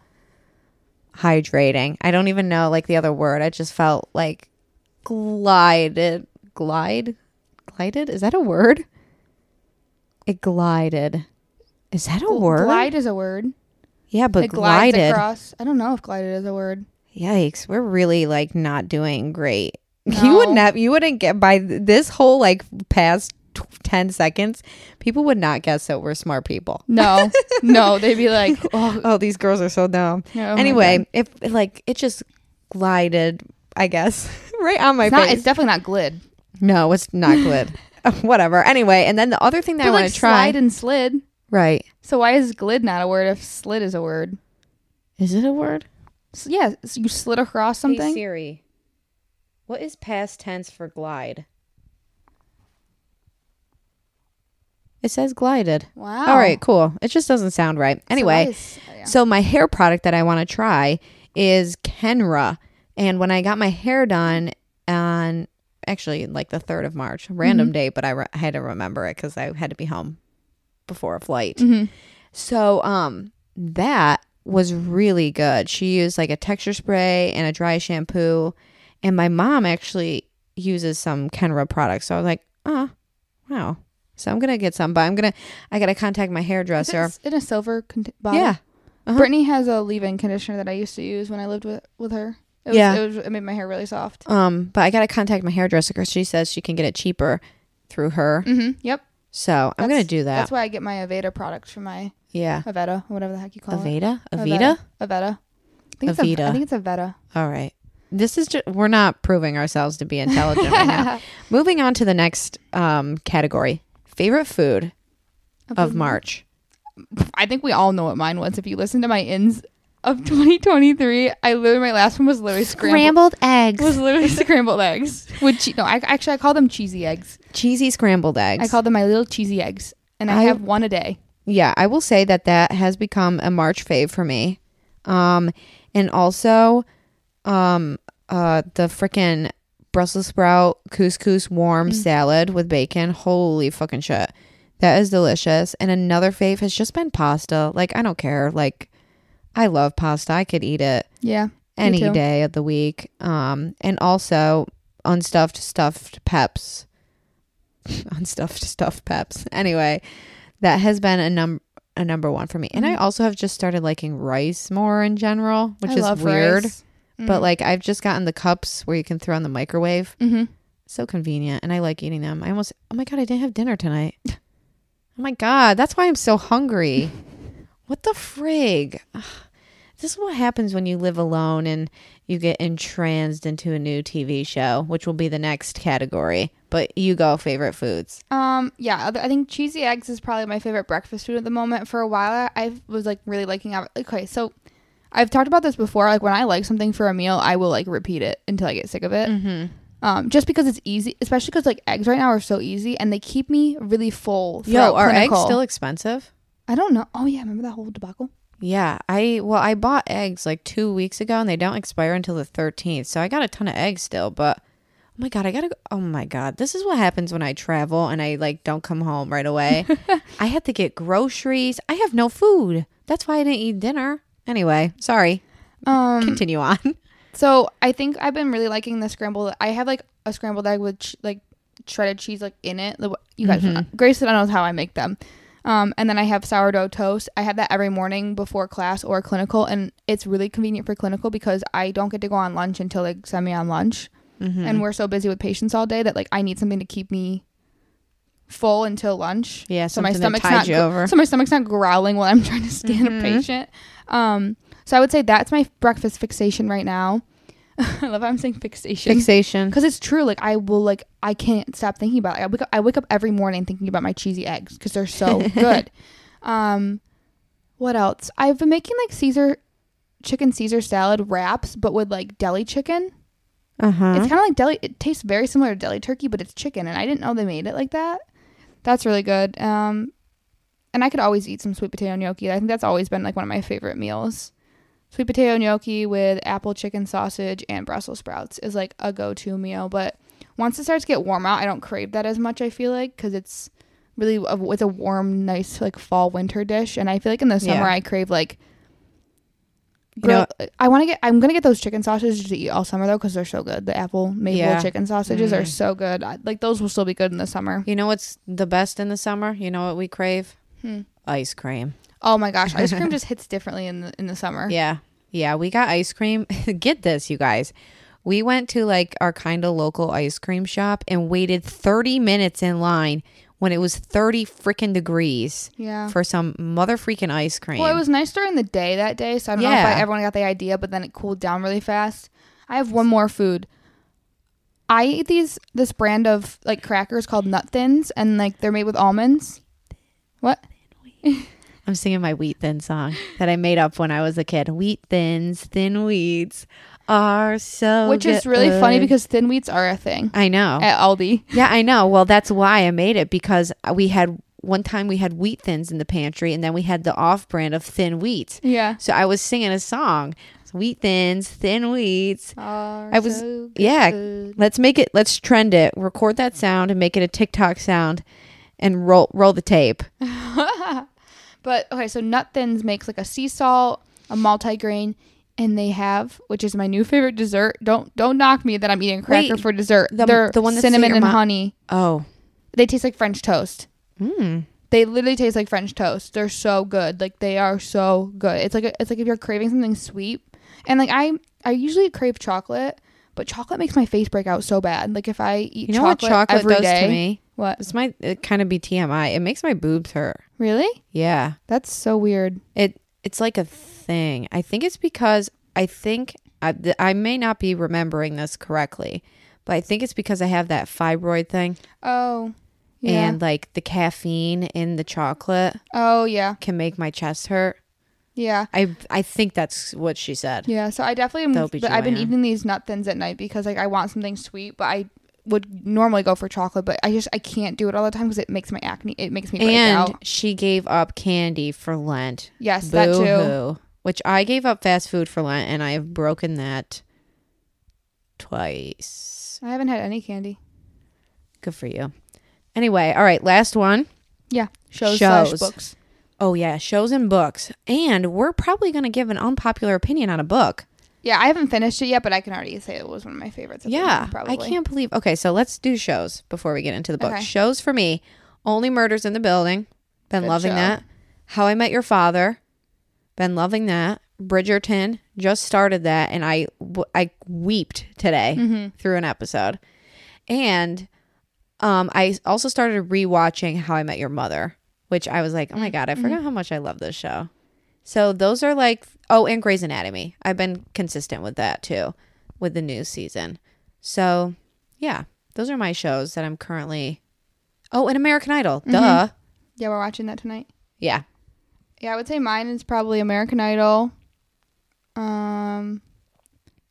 Speaker 2: hydrating. I don't even know like the other word. I just felt like glided glide glided is that a word it glided is that a
Speaker 1: Gl-
Speaker 2: word
Speaker 1: glide is a word.
Speaker 2: yeah but
Speaker 1: it glides
Speaker 2: glided
Speaker 1: across. I don't know if glided is a word.
Speaker 2: yikes we're really like not doing great you would
Speaker 1: No.
Speaker 2: not you wouldn't get by th- this whole like past t- 10 seconds people would not guess that we're smart people
Speaker 1: No. no, they'd be like, "Oh,
Speaker 2: oh these girls are so dumb
Speaker 1: oh my God.
Speaker 2: anyway if like it just glided i guess right on my
Speaker 1: it's, not,
Speaker 2: face
Speaker 1: it's definitely not glid.
Speaker 2: no it's not good whatever anyway and then the other thing that
Speaker 1: But
Speaker 2: i want
Speaker 1: like
Speaker 2: to try
Speaker 1: slide and slid.
Speaker 2: right
Speaker 1: So why is glid not a word if slid is a word?
Speaker 2: is it a word
Speaker 1: S yeah, s- you slid across
Speaker 2: Hey
Speaker 1: something.
Speaker 2: Siri, what is past tense for glide? It says glided.
Speaker 1: Wow.
Speaker 2: All right, cool. It just doesn't sound right.
Speaker 1: So
Speaker 2: Anyway,
Speaker 1: why is- oh, yeah.
Speaker 2: so my hair product that I want to try is Kenra. And when I got my hair done on actually like the 3rd of March, random day, but I, re- I had to remember it cuz I had to be home before a flight.
Speaker 1: Mhm.
Speaker 2: So um that was really good. She used like a texture spray and a dry shampoo and my mom actually uses some Kenra products. So I was like, "Oh, wow." So I'm going to get some, but I'm going to I got to contact my
Speaker 1: Is
Speaker 2: hairdresser.
Speaker 1: it in a silver con- bottle.
Speaker 2: Yeah. uh-huh.
Speaker 1: Brittany has a leave-in conditioner that I used to use when I lived with with her. It was,
Speaker 2: Yeah.
Speaker 1: It, was, it made my hair really soft.
Speaker 2: Um, but I gotta contact my hairdresser because she says she can get it cheaper through her.
Speaker 1: Mm-hmm. Yep.
Speaker 2: So I'm gonna
Speaker 1: That's-
Speaker 2: do that.
Speaker 1: That's why I get my Aveda products from my
Speaker 2: yeah.
Speaker 1: Aveda, or whatever the heck you call it.
Speaker 2: Aveda? Aveda?
Speaker 1: Aveda. I think, it's Av-
Speaker 2: Aveda.
Speaker 1: I think it's Aveda.
Speaker 2: All right. This is just we're not proving ourselves to be intelligent right now. Moving on to the next um category. Favorite food of March.
Speaker 1: I think we all know what mine was. If you listen to my ins of 2023, I literally my last one was literally scrambled.
Speaker 2: eggs.
Speaker 1: Was literally scrambled eggs. With che- no, I actually I call them cheesy eggs.
Speaker 2: Cheesy scrambled eggs.
Speaker 1: I call them my little cheesy eggs, and I,
Speaker 2: I-
Speaker 1: have one a day.
Speaker 2: yeah, I will say that that has become a March fave for me. Um, and also, um, uh, the freaking Brussels sprout couscous
Speaker 1: Mm.
Speaker 2: warm salad with bacon. Holy fucking shit. That is delicious. And another fave has just been pasta. Like, I don't care. Like, I love pasta. I could eat it
Speaker 1: Yeah. Me
Speaker 2: any
Speaker 1: too.
Speaker 2: day of the week. Um, and also unstuffed stuffed peps. unstuffed stuffed peps. Anyway, that has been a number a number one for me. And I also have just started liking rice more in general, which
Speaker 1: Mm. I
Speaker 2: is
Speaker 1: love
Speaker 2: weird.
Speaker 1: rice. Mm.
Speaker 2: But like I've just gotten the cups where you can throw in the microwave.
Speaker 1: Mhm.
Speaker 2: So convenient. And I like eating them. I almost oh my god, I didn't have dinner tonight. oh my god, that's why I'm so hungry. what the frig? Ugh. This is what happens when you live alone and you get entranced into a new TV show, which will be the next category. But you go favorite foods.
Speaker 1: Um, yeah, I I think cheesy eggs is probably my favorite breakfast food at the moment. For a while, I I was like really liking av- okay, so I've talked about this before. Like when I like something for a meal, I will like repeat it until I get sick of it.
Speaker 2: Mm-hmm.
Speaker 1: Um, just because it's easy, especially because like eggs right now are so easy and they keep me really full.
Speaker 2: Yo,
Speaker 1: throughout
Speaker 2: are eggs
Speaker 1: clinical.
Speaker 2: still expensive?
Speaker 1: I don't know. Oh yeah, remember that whole debacle?
Speaker 2: Yeah, I well, I bought eggs like two weeks ago, and they don't expire until the thirteenth. So I got a ton of eggs still, but oh my god, I gotta. go Oh my god, this is what happens when I travel and I like don't come home right away. I had to get groceries. I have no food. That's why I didn't eat dinner. Anyway, sorry.
Speaker 1: Um,
Speaker 2: Continue on.
Speaker 1: So I think I've been really liking the scrambled. I have like a scrambled egg with ch- like shredded cheese like in it. The, you guys, Grayson knows how I make them. Um, and then I have sourdough toast. I have that every morning before class or clinical, and it's really convenient for clinical because I don't get to go on lunch until they send me on lunch, and we're so busy with patients all day that like I need something to keep me full until lunch.
Speaker 2: Yeah,
Speaker 1: so my
Speaker 2: something to
Speaker 1: stomach's
Speaker 2: tide
Speaker 1: not
Speaker 2: you
Speaker 1: gro-
Speaker 2: over. Mm-hmm.
Speaker 1: so my stomach's not growling while I'm trying to scan a patient. Um, so I would say that's my breakfast fixation right now. I love how I'm saying fixation
Speaker 2: Fixation.
Speaker 1: because it's true. Like I will like I can't stop thinking about. It. I wake up, I wake up every morning thinking about my cheesy eggs because they're so good. Um, what else? I've been making like Caesar chicken Caesar salad wraps, but with like deli chicken.
Speaker 2: Uh huh.
Speaker 1: It's kind of like deli. It tastes very similar to deli turkey, but it's chicken, and I didn't know they made it like that. That's really good. Um, and I could always eat some sweet potato gnocchi. I think that's always been like one of my favorite meals. Sweet potato gnocchi with apple chicken sausage and Brussels sprouts is like a go-to meal. But once it starts to get warm out, I don't crave that as much. I feel like because it's really a, it's a warm, nice like fall winter dish, and I feel like in the
Speaker 2: Yeah.
Speaker 1: summer I crave like.
Speaker 2: You know-
Speaker 1: grill- uh, I want to get. I'm gonna get those chicken sausages to eat all summer though, because they're so good. The apple maple
Speaker 2: Yeah.
Speaker 1: chicken sausages are
Speaker 2: Mm.
Speaker 1: so good. I, like those will still be good in the summer.
Speaker 2: You know what's the best in the summer? You know what we crave?
Speaker 1: Hmm.
Speaker 2: Ice cream.
Speaker 1: Oh my gosh, ice cream just hits differently in the in the summer.
Speaker 2: Yeah. Yeah. We got ice cream. Get this, you guys. We went to like our kind of local ice cream shop and waited 30 minutes in line when it was 30 freaking degrees
Speaker 1: Yeah.
Speaker 2: for some mother freaking ice cream.
Speaker 1: Uh. Well, it was nice during the day that day, so I don't know if
Speaker 2: Yeah.
Speaker 1: I, everyone got the idea, but then it cooled down really fast. I have one more food. I eat these this brand of like crackers called Nut Thins, and like they're made with almonds. What?
Speaker 2: I'm singing my Wheat Thin song that I made up when I was a kid. Wheat Thins, Thin Wheats are so
Speaker 1: Which is really funny
Speaker 2: good.
Speaker 1: because thin wheats are a thing
Speaker 2: Oh, I know.
Speaker 1: at Aldi.
Speaker 2: Yeah, I know. Well, that's why I made it because we had one time we had wheat thins in the pantry and then we had the off brand of thin wheat.
Speaker 1: Yeah.
Speaker 2: So I was singing a song, wheat thins, thin wheats.
Speaker 1: I
Speaker 2: was- yeah. Let's make it. Let's trend it. Record that sound and make it a TikTok sound, and roll roll the tape.
Speaker 1: But okay, so Nut Thins makes like a sea salt, a multigrain, and they have, which is my new favorite dessert. Don't don't knock me that I'm eating a cracker
Speaker 2: Wait,
Speaker 1: for dessert.
Speaker 2: the-
Speaker 1: They're
Speaker 2: the one that's in
Speaker 1: cinnamon
Speaker 2: your
Speaker 1: and
Speaker 2: mo-
Speaker 1: honey.
Speaker 2: Oh,
Speaker 1: They taste like French toast.
Speaker 2: mm.
Speaker 1: They literally taste like French toast. They're so good. Like they are so good. It's like a, it's like if you're craving something sweet, and like I I usually crave chocolate, but chocolate makes my face break out so bad. Like if I eat
Speaker 2: you know
Speaker 1: chocolate,
Speaker 2: what chocolate
Speaker 1: every
Speaker 2: does to
Speaker 1: day-
Speaker 2: me?
Speaker 1: What
Speaker 2: This might it kind of be TMI. It makes my boobs hurt.
Speaker 1: really?
Speaker 2: Yeah.
Speaker 1: That's so weird.
Speaker 2: It it's like a thing. I think it's because I think I, th- I may not be remembering this correctly, but I think it's because I have that fibroid thing
Speaker 1: Oh, yeah.
Speaker 2: and like the caffeine in the chocolate
Speaker 1: oh yeah,
Speaker 2: can make my chest hurt.
Speaker 1: yeah.
Speaker 2: I I think that's what she said.
Speaker 1: Yeah, so I definitely am.
Speaker 2: The
Speaker 1: but I've been
Speaker 2: OBGYN.
Speaker 1: eating these nut thins at night because like I want something sweet, but I would normally go for chocolate, but I just I can't do it all the time because it makes my acne. It makes me break
Speaker 2: and
Speaker 1: out.
Speaker 2: she gave up candy for Lent.
Speaker 1: Yes, that too.
Speaker 2: Boo-hoo. which I gave up fast food for Lent and I have broken that twice.
Speaker 1: I haven't had any candy.
Speaker 2: Good for you. Anyway, all right, last one.
Speaker 1: Yeah. Shows, slash
Speaker 2: Shows.
Speaker 1: books.
Speaker 2: Oh yeah, shows and books. And we're probably going to give an unpopular opinion on a book.
Speaker 1: Yeah, I haven't finished it yet, but I can already say it was one of my favorites. at the
Speaker 2: Yeah,
Speaker 1: moment, probably.
Speaker 2: I can't believe. Okay, so let's do shows before we get into the book.
Speaker 1: Okay.
Speaker 2: Shows for me: Only Murders in the Building. Been
Speaker 1: Good
Speaker 2: loving
Speaker 1: show.
Speaker 2: that. How I Met Your Father. Been loving that. Bridgerton just started that, and I w- I weeped today
Speaker 1: Mm-hmm.
Speaker 2: through an episode, and um, I also started rewatching How I Met Your Mother, which I was like,
Speaker 1: Mm-hmm.
Speaker 2: oh my god, I forgot how much I love this show. So those are like oh, and Grey's Anatomy. I've been consistent with that too, with the new season. So yeah, those are my shows that I'm currently. Oh, and American Idol.
Speaker 1: Mm-hmm.
Speaker 2: Duh.
Speaker 1: Yeah, we're watching that tonight.
Speaker 2: Yeah.
Speaker 1: Yeah, I would say mine is probably American Idol. Um,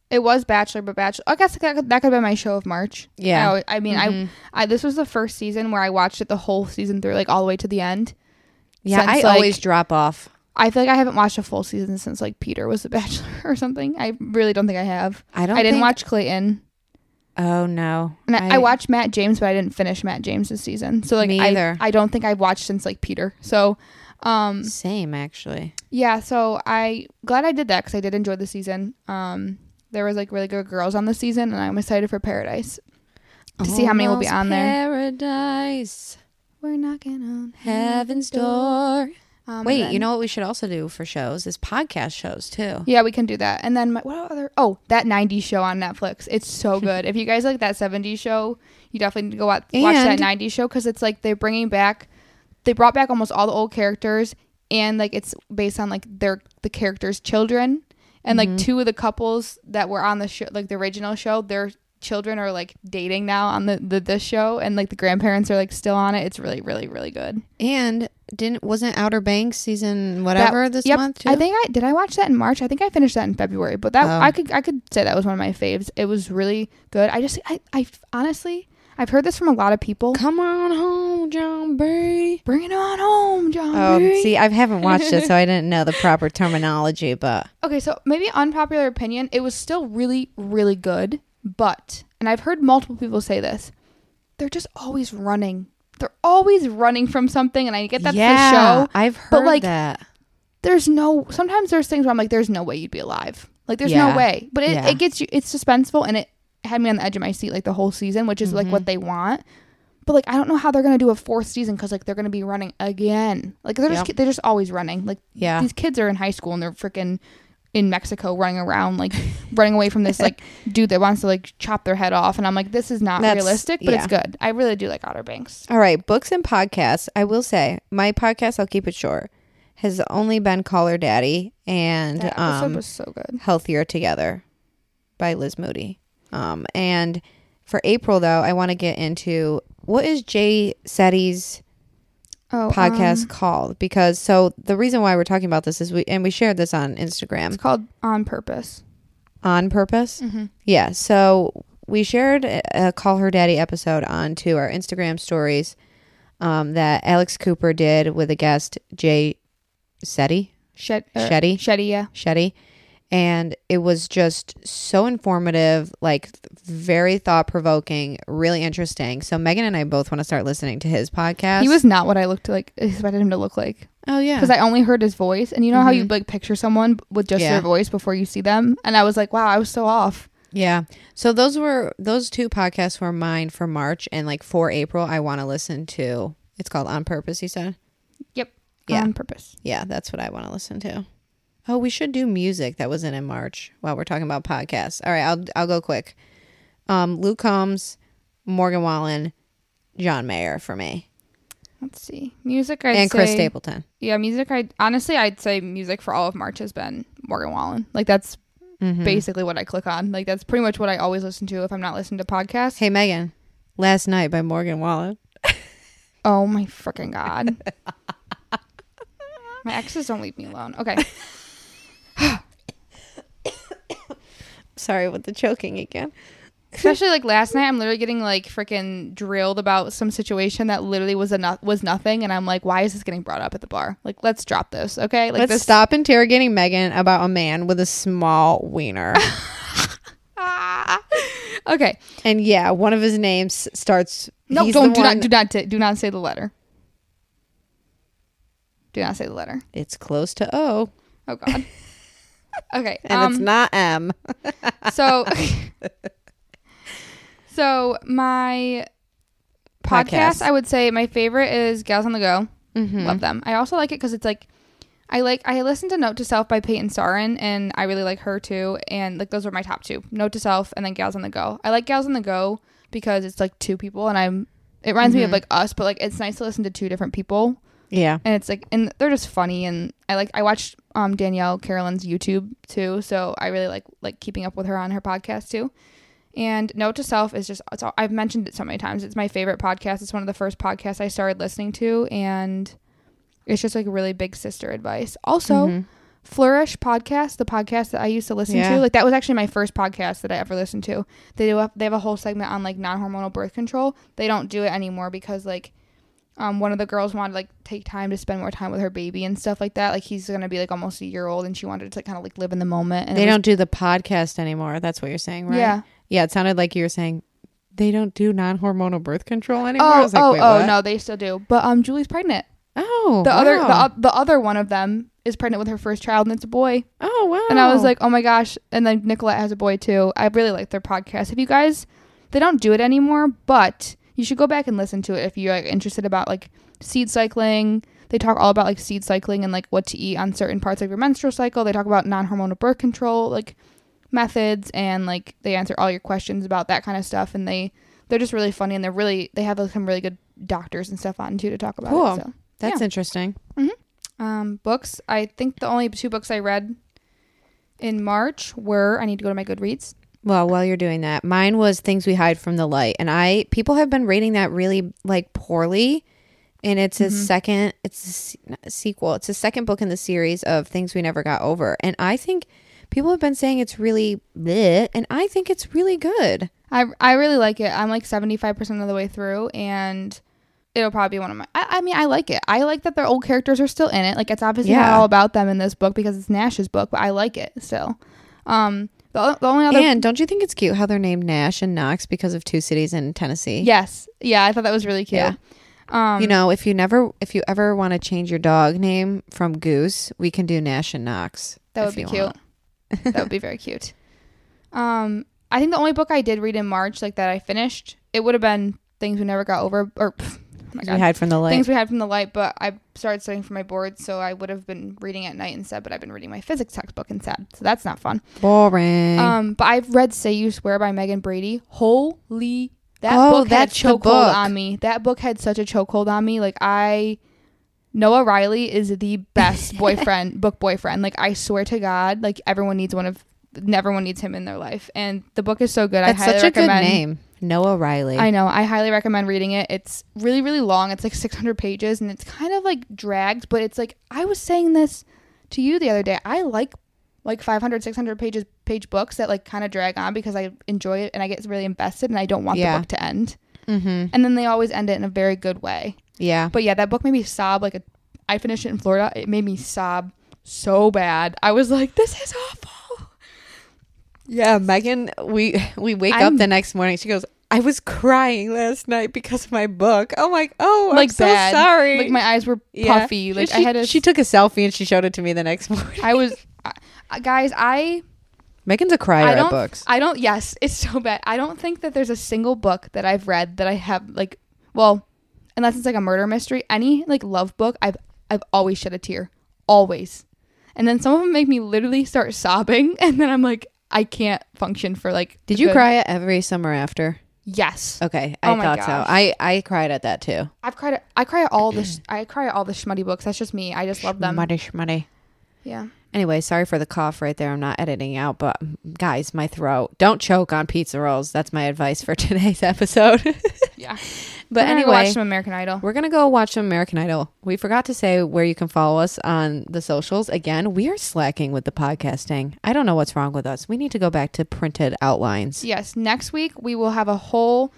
Speaker 1: it was Bachelor, but Bachelor. I guess that could, that could have been my show of March.
Speaker 2: Yeah. Mm-hmm.
Speaker 1: I, always- I mean, I, I this was the first season where I watched it the whole season through, like all the way to the end.
Speaker 2: Yeah,
Speaker 1: Since,
Speaker 2: I
Speaker 1: like-
Speaker 2: always drop off.
Speaker 1: I feel like I haven't watched a full season since like Peter was the Bachelor or something. I really don't think I have.
Speaker 2: I don't
Speaker 1: I didn't
Speaker 2: think-
Speaker 1: watch Clayton.
Speaker 2: Oh no.
Speaker 1: And I, I watched Matt James, but I didn't finish Matt James this season. So like
Speaker 2: Me
Speaker 1: I,
Speaker 2: either.
Speaker 1: I don't think I've watched since like Peter. So um
Speaker 2: same actually.
Speaker 1: yeah, so I glad I did that because I did enjoy the season. Um there was like really good girls on the season, and I'm excited for Paradise to see how many will be
Speaker 2: Almost
Speaker 1: on there.
Speaker 2: Paradise,
Speaker 1: We're knocking on
Speaker 2: heaven's door.
Speaker 1: Um, and
Speaker 2: Wait,
Speaker 1: then-
Speaker 2: you know what we should also do for shows is podcast shows too.
Speaker 1: Yeah, we can do that. And then my, what other? Oh, that '90s show on Netflix. It's so good. if you guys like that '70s show, you definitely need to go watch, watch that
Speaker 2: And-
Speaker 1: '90s show because it's like they're bringing back. They brought back almost all the old characters, and like it's based on like their the characters' children, and
Speaker 2: Mm-hmm.
Speaker 1: like two of the couples that were on the show, like the original show, their children are like dating now on the, the this show, and like the grandparents are like still on it. It's really, really, really good.
Speaker 2: And didn't wasn't Outer Banks season whatever
Speaker 1: That-
Speaker 2: this
Speaker 1: yep.
Speaker 2: month too?
Speaker 1: I think I did. I watch that in March. I think I finished that in February. But that
Speaker 2: Oh.
Speaker 1: I could I could say that was one of my faves. It was really good. I just I, I honestly I've heard this from a lot of people.
Speaker 2: Come on home, John Brady.
Speaker 1: Bring it on home, John.
Speaker 2: Oh,
Speaker 1: Barry.
Speaker 2: see, I haven't watched it, so I didn't know the proper terminology, but
Speaker 1: Okay, so maybe unpopular opinion. It was still really really good, but and I've heard multiple people say this. They're just always running. They're always running from something, and I get that's the show.
Speaker 2: I've
Speaker 1: but,
Speaker 2: heard
Speaker 1: like,
Speaker 2: that.
Speaker 1: there's no sometimes there's things where I'm like, there's no way you'd be alive. Like there's no
Speaker 2: Yeah.
Speaker 1: way. But it,
Speaker 2: Yeah.
Speaker 1: it gets you it's suspenseful and it had me on the edge of my seat like the whole season, which is like
Speaker 2: Mm-hmm.
Speaker 1: what they want. But like I don't know how they're gonna do a fourth season because like they're gonna be running again. Like they're just
Speaker 2: Yep.
Speaker 1: they're just always running. Like
Speaker 2: Yeah.
Speaker 1: these kids are in high school and they're freaking in Mexico running around like running away from this like dude that wants to like chop their head off and I'm like this is not
Speaker 2: That's-
Speaker 1: realistic but it's
Speaker 2: yeah.
Speaker 1: good. I really do like Outer Banks.
Speaker 2: All right, books and podcasts. I will say my podcast. I'll keep it short. Has only been Caller Daddy and
Speaker 1: That episode
Speaker 2: um,
Speaker 1: was so good.
Speaker 2: Healthier Together by Liz Moody. Um, and for April though, I want to get into what is Jay Seti's
Speaker 1: Oh,
Speaker 2: podcast
Speaker 1: um,
Speaker 2: called because so the reason why we're talking about this is we and we shared this on Instagram
Speaker 1: it's called On Purpose.
Speaker 2: on purpose.
Speaker 1: Mhm.
Speaker 2: Yeah. So we shared a a Call Her Daddy episode onto our Instagram stories um, that Alex Cooper did with a guest, Jay Shetty.
Speaker 1: Shed, er,
Speaker 2: Shetty.
Speaker 1: Shetty, yeah.
Speaker 2: Shetty. And it was just so informative, like very thought provoking, really interesting. So Megan and I both want to start listening to his podcast.
Speaker 1: He was not what I looked like expected him to look like
Speaker 2: oh yeah, Mm-hmm.
Speaker 1: because I only heard his voice, and you know how you like picture someone with just
Speaker 2: Yeah.
Speaker 1: their voice before you see them, and I was like, wow, I was so off.
Speaker 2: Yeah. So those were those two podcasts were mine for March and like for April I want to listen to. It's called On Purpose, you said?
Speaker 1: Yep.
Speaker 2: Yeah.
Speaker 1: On purpose.
Speaker 2: Yeah, that's what I want to listen to. Oh, we should do music that wasn't in March while we're talking about podcasts. All right, I'll I'll go quick. Um Luke Combs, Morgan Wallen, John Mayer for me.
Speaker 1: Let's see. Music, I'd
Speaker 2: and Chris
Speaker 1: say-
Speaker 2: Stapleton.
Speaker 1: Yeah, music. I honestly, I'd say music for all of March has been Morgan Wallen. Like that's
Speaker 2: Hmm. Mm-hmm.
Speaker 1: basically what I click on. Like that's pretty much what I always listen to if I'm not listening to podcasts.
Speaker 2: Hey Megan, Last Night by Morgan Wallen.
Speaker 1: Oh my freaking god. my exes don't leave me alone. Okay.
Speaker 2: Sorry with the choking again.
Speaker 1: Especially like last night, I'm literally getting like freaking drilled about some situation that literally was enough was nothing, and I'm like, why is this getting brought up at the bar? Like, let's drop this, okay? Like
Speaker 2: Let's
Speaker 1: this.
Speaker 2: stop interrogating Megan about a man with a small wiener.
Speaker 1: Ah. Okay.
Speaker 2: and yeah, one of his names starts.
Speaker 1: No,
Speaker 2: he's
Speaker 1: don't
Speaker 2: the
Speaker 1: do
Speaker 2: one-
Speaker 1: not do not t- do not say the letter. Do not say the letter.
Speaker 2: It's close to O,
Speaker 1: Oh God. okay.
Speaker 2: and
Speaker 1: um,
Speaker 2: it's not M.
Speaker 1: so so my podcast,
Speaker 2: Podcast.
Speaker 1: i would say my favorite is gals on the go
Speaker 2: Mhm.
Speaker 1: love them i also like it because it's like i like i listened to note to self by peyton Sarin, and i really like her too and like those were my top two note to self and then gals on the go i like gals on the go because it's like two people and i'm it reminds me of like us but like it's nice to listen to two different people
Speaker 2: Yeah.
Speaker 1: and it's like and they're just funny and i like i watched um danielle carolyn's youtube too so i really like like keeping up with her on her podcast too and note to self is just it's all, i've mentioned it so many times it's my favorite podcast it's one of the first podcasts i started listening to and it's just like really big sister advice also flourish podcast the podcast that i used to listen
Speaker 2: Mm-hmm. Yeah.
Speaker 1: to like that was actually my first podcast that i ever listened to they do have, they have a whole segment on like non-hormonal birth control they don't do it anymore because like um, one of the girls wanted to, like take time to spend more time with her baby and stuff like that. Like he's gonna be like almost a year old, and she wanted to kind of like live in the moment. And
Speaker 2: They
Speaker 1: it was-
Speaker 2: don't do the podcast anymore. That's what you're saying, right?
Speaker 1: Yeah.
Speaker 2: Yeah, it sounded like you were saying they don't do non hormonal birth control anymore. I
Speaker 1: Oh,
Speaker 2: was like,
Speaker 1: oh,
Speaker 2: wait,
Speaker 1: oh,
Speaker 2: what?
Speaker 1: no, they still do. But um, Julie's pregnant.
Speaker 2: Oh,
Speaker 1: The other, the,
Speaker 2: wow.
Speaker 1: o- the other one of them is pregnant with her first child, and it's a boy.
Speaker 2: oh, wow.
Speaker 1: And I was like, oh my gosh. And then Nicolette has a boy too. I really like their podcast. If you guys, they don't do it anymore, but you should go back and listen to it if you're like, interested about like seed cycling. They talk all about like seed cycling and like what to eat on certain parts of your menstrual cycle. They talk about non hormonal birth control, like methods, and like they answer all your questions about that kind of stuff. And they, they're just really funny and they're really, they have like, some really good doctors and stuff on too to talk about
Speaker 2: Cool.
Speaker 1: it. So.
Speaker 2: that's interesting.
Speaker 1: Um, books. I think the only two books I read in March were I need to go to my Goodreads.
Speaker 2: Well, while you're doing that, mine was Things We Hide from the Light. And I, people have been rating that really like poorly. And it's
Speaker 1: Mm-hmm.
Speaker 2: his second, it's a se- not a sequel, it's his second book in the series of Things We Never Got Over. And I think people have been saying it's really bleh, and I think it's really good.
Speaker 1: I I really like it. I'm like 75 percent of the way through, and it'll probably be one of my. I, I mean, I like it. I like that their old characters are still in it. Like it's obviously not
Speaker 2: Yeah.
Speaker 1: all about them in this book because it's Nash's book, but I like it still. Um, the, o- the only other
Speaker 2: and don't you think it's cute how they're named Nash and Knox because of two cities in Tennessee?
Speaker 1: yes, yeah, I thought that was really cute.
Speaker 2: Yeah.
Speaker 1: Um,
Speaker 2: you know, if you never, if you ever want to change your dog name from Goose, we can do Nash and Knox.
Speaker 1: That
Speaker 2: if
Speaker 1: would be
Speaker 2: you
Speaker 1: cute. Oh
Speaker 2: want.
Speaker 1: that would be very cute. Um, I think the only book I did read in March, like that I finished, it would have been Things We Never Got Over, or pff, oh my
Speaker 2: We
Speaker 1: god,
Speaker 2: hide from the light.
Speaker 1: Things We Had from the Light. But I started studying for my board, so I would have been reading at night instead. But I've been reading my physics textbook instead, so that's not fun.
Speaker 2: Boring.
Speaker 1: Um, but I've read Say You Swear by Megan Brady. Holy, that
Speaker 2: Oh,
Speaker 1: book had a
Speaker 2: that's the
Speaker 1: chokehold
Speaker 2: book.
Speaker 1: on me. That book had such a chokehold on me. Like I, Noah Riley is the best boyfriend, book boyfriend. Like I swear to God, like everyone needs one of, everyone needs him in their life. And the book is so good.
Speaker 2: That's
Speaker 1: I highly
Speaker 2: such a good
Speaker 1: recommend.
Speaker 2: name, Noah Riley.
Speaker 1: I know. I highly recommend reading it. It's really, really long. It's like 600 pages and it's kind of like dragged, but it's like I was saying this to you the other day. I like like 500, 600 pages page books that like kind of drag on because I enjoy it and I get really invested and I don't want
Speaker 2: Yeah.
Speaker 1: the book to end.
Speaker 2: mm-hmm.
Speaker 1: And then they always end it in a very good way.
Speaker 2: Yeah.
Speaker 1: But yeah, that book made me sob like a I finished it in Florida. It made me sob so bad. I was like, this is awful.
Speaker 2: Yeah, Megan. We we wake
Speaker 1: I'm-
Speaker 2: up the next morning. She goes, "I was crying last night because of my book." I'm like, "Oh,
Speaker 1: like
Speaker 2: I'm so
Speaker 1: bad.
Speaker 2: sorry."
Speaker 1: Like my eyes were
Speaker 2: Yeah.
Speaker 1: puffy. Like
Speaker 2: she,
Speaker 1: I had a
Speaker 2: she took a selfie and she showed it to me the next morning.
Speaker 1: I was I, guys, I
Speaker 2: Megan's a crier
Speaker 1: I
Speaker 2: at
Speaker 1: don't.
Speaker 2: books.
Speaker 1: I don't. Yes, it's so bad. I don't think that there's a single book that I've read that I have like. Well, unless it's like a murder mystery, any like love book, I've I've always shed a tear, always. And then some of them make me literally start sobbing, and then I'm like, I can't function for like.
Speaker 2: Did you
Speaker 1: good-
Speaker 2: cry at every summer after?
Speaker 1: Yes,
Speaker 2: Okay, I
Speaker 1: Oh my
Speaker 2: thought so.
Speaker 1: gosh.
Speaker 2: I I cried at that too.
Speaker 1: I've cried. at- I cry at all the. Sh- I cry at all the schmutty books. That's just me. I just love them.
Speaker 2: Muddy, muddy.
Speaker 1: Yeah.
Speaker 2: Anyway, sorry for the cough right there. I'm not editing out, but guys, my throat. Don't choke on pizza rolls. That's my advice for today's episode.
Speaker 1: Yeah. We're
Speaker 2: But
Speaker 1: gonna go
Speaker 2: anyway,
Speaker 1: watch some American Idol.
Speaker 2: we're gonna go watch some American Idol. We forgot to say where you can follow us on the socials. Again, we are slacking with the podcasting. I don't know what's wrong with us. We need to go back to printed outlines.
Speaker 1: Yes, next week we will have a whole.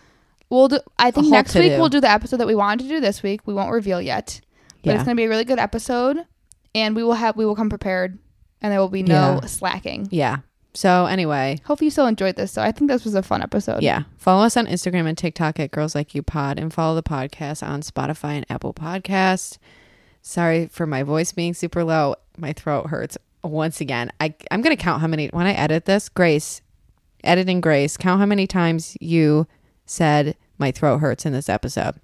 Speaker 1: We'll do. I think
Speaker 2: whole
Speaker 1: next week
Speaker 2: to-do.
Speaker 1: we'll do the episode that we wanted to do this week. We won't reveal yet, but
Speaker 2: Yeah.
Speaker 1: it's gonna be a really good episode, and we will have we will come prepared, and there will be no
Speaker 2: Yeah.
Speaker 1: slacking.
Speaker 2: Yeah. So anyway,
Speaker 1: Hopefully, you still enjoyed this. So I think this was a fun episode.
Speaker 2: yeah. Follow us on Instagram and TikTok at Girls Like You Pod, and follow the podcast on Spotify and Apple Podcast. Sorry for my voice being super low. My throat hurts once again. I I'm gonna count how many when I edit this. Grace, editing Grace, count how many times you said my throat hurts in this episode.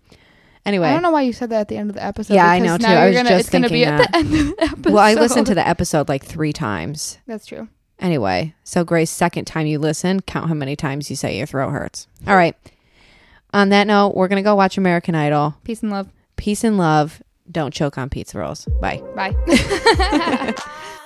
Speaker 2: Anyway,
Speaker 1: I don't know why you said that at the end of the episode.
Speaker 2: Yeah, I
Speaker 1: because
Speaker 2: know,
Speaker 1: now
Speaker 2: too. I
Speaker 1: you're
Speaker 2: was
Speaker 1: gonna-
Speaker 2: just
Speaker 1: it's gonna be
Speaker 2: thinking
Speaker 1: at the end of the episode.
Speaker 2: well, I listened to the episode like three times.
Speaker 1: That's true.
Speaker 2: Anyway, so Grace, second time you listen, count how many times you say your throat hurts. All right. On that note, we're gonna go watch American Idol.
Speaker 1: Peace and love.
Speaker 2: Peace and love. Don't choke on pizza rolls. Bye.
Speaker 1: Bye.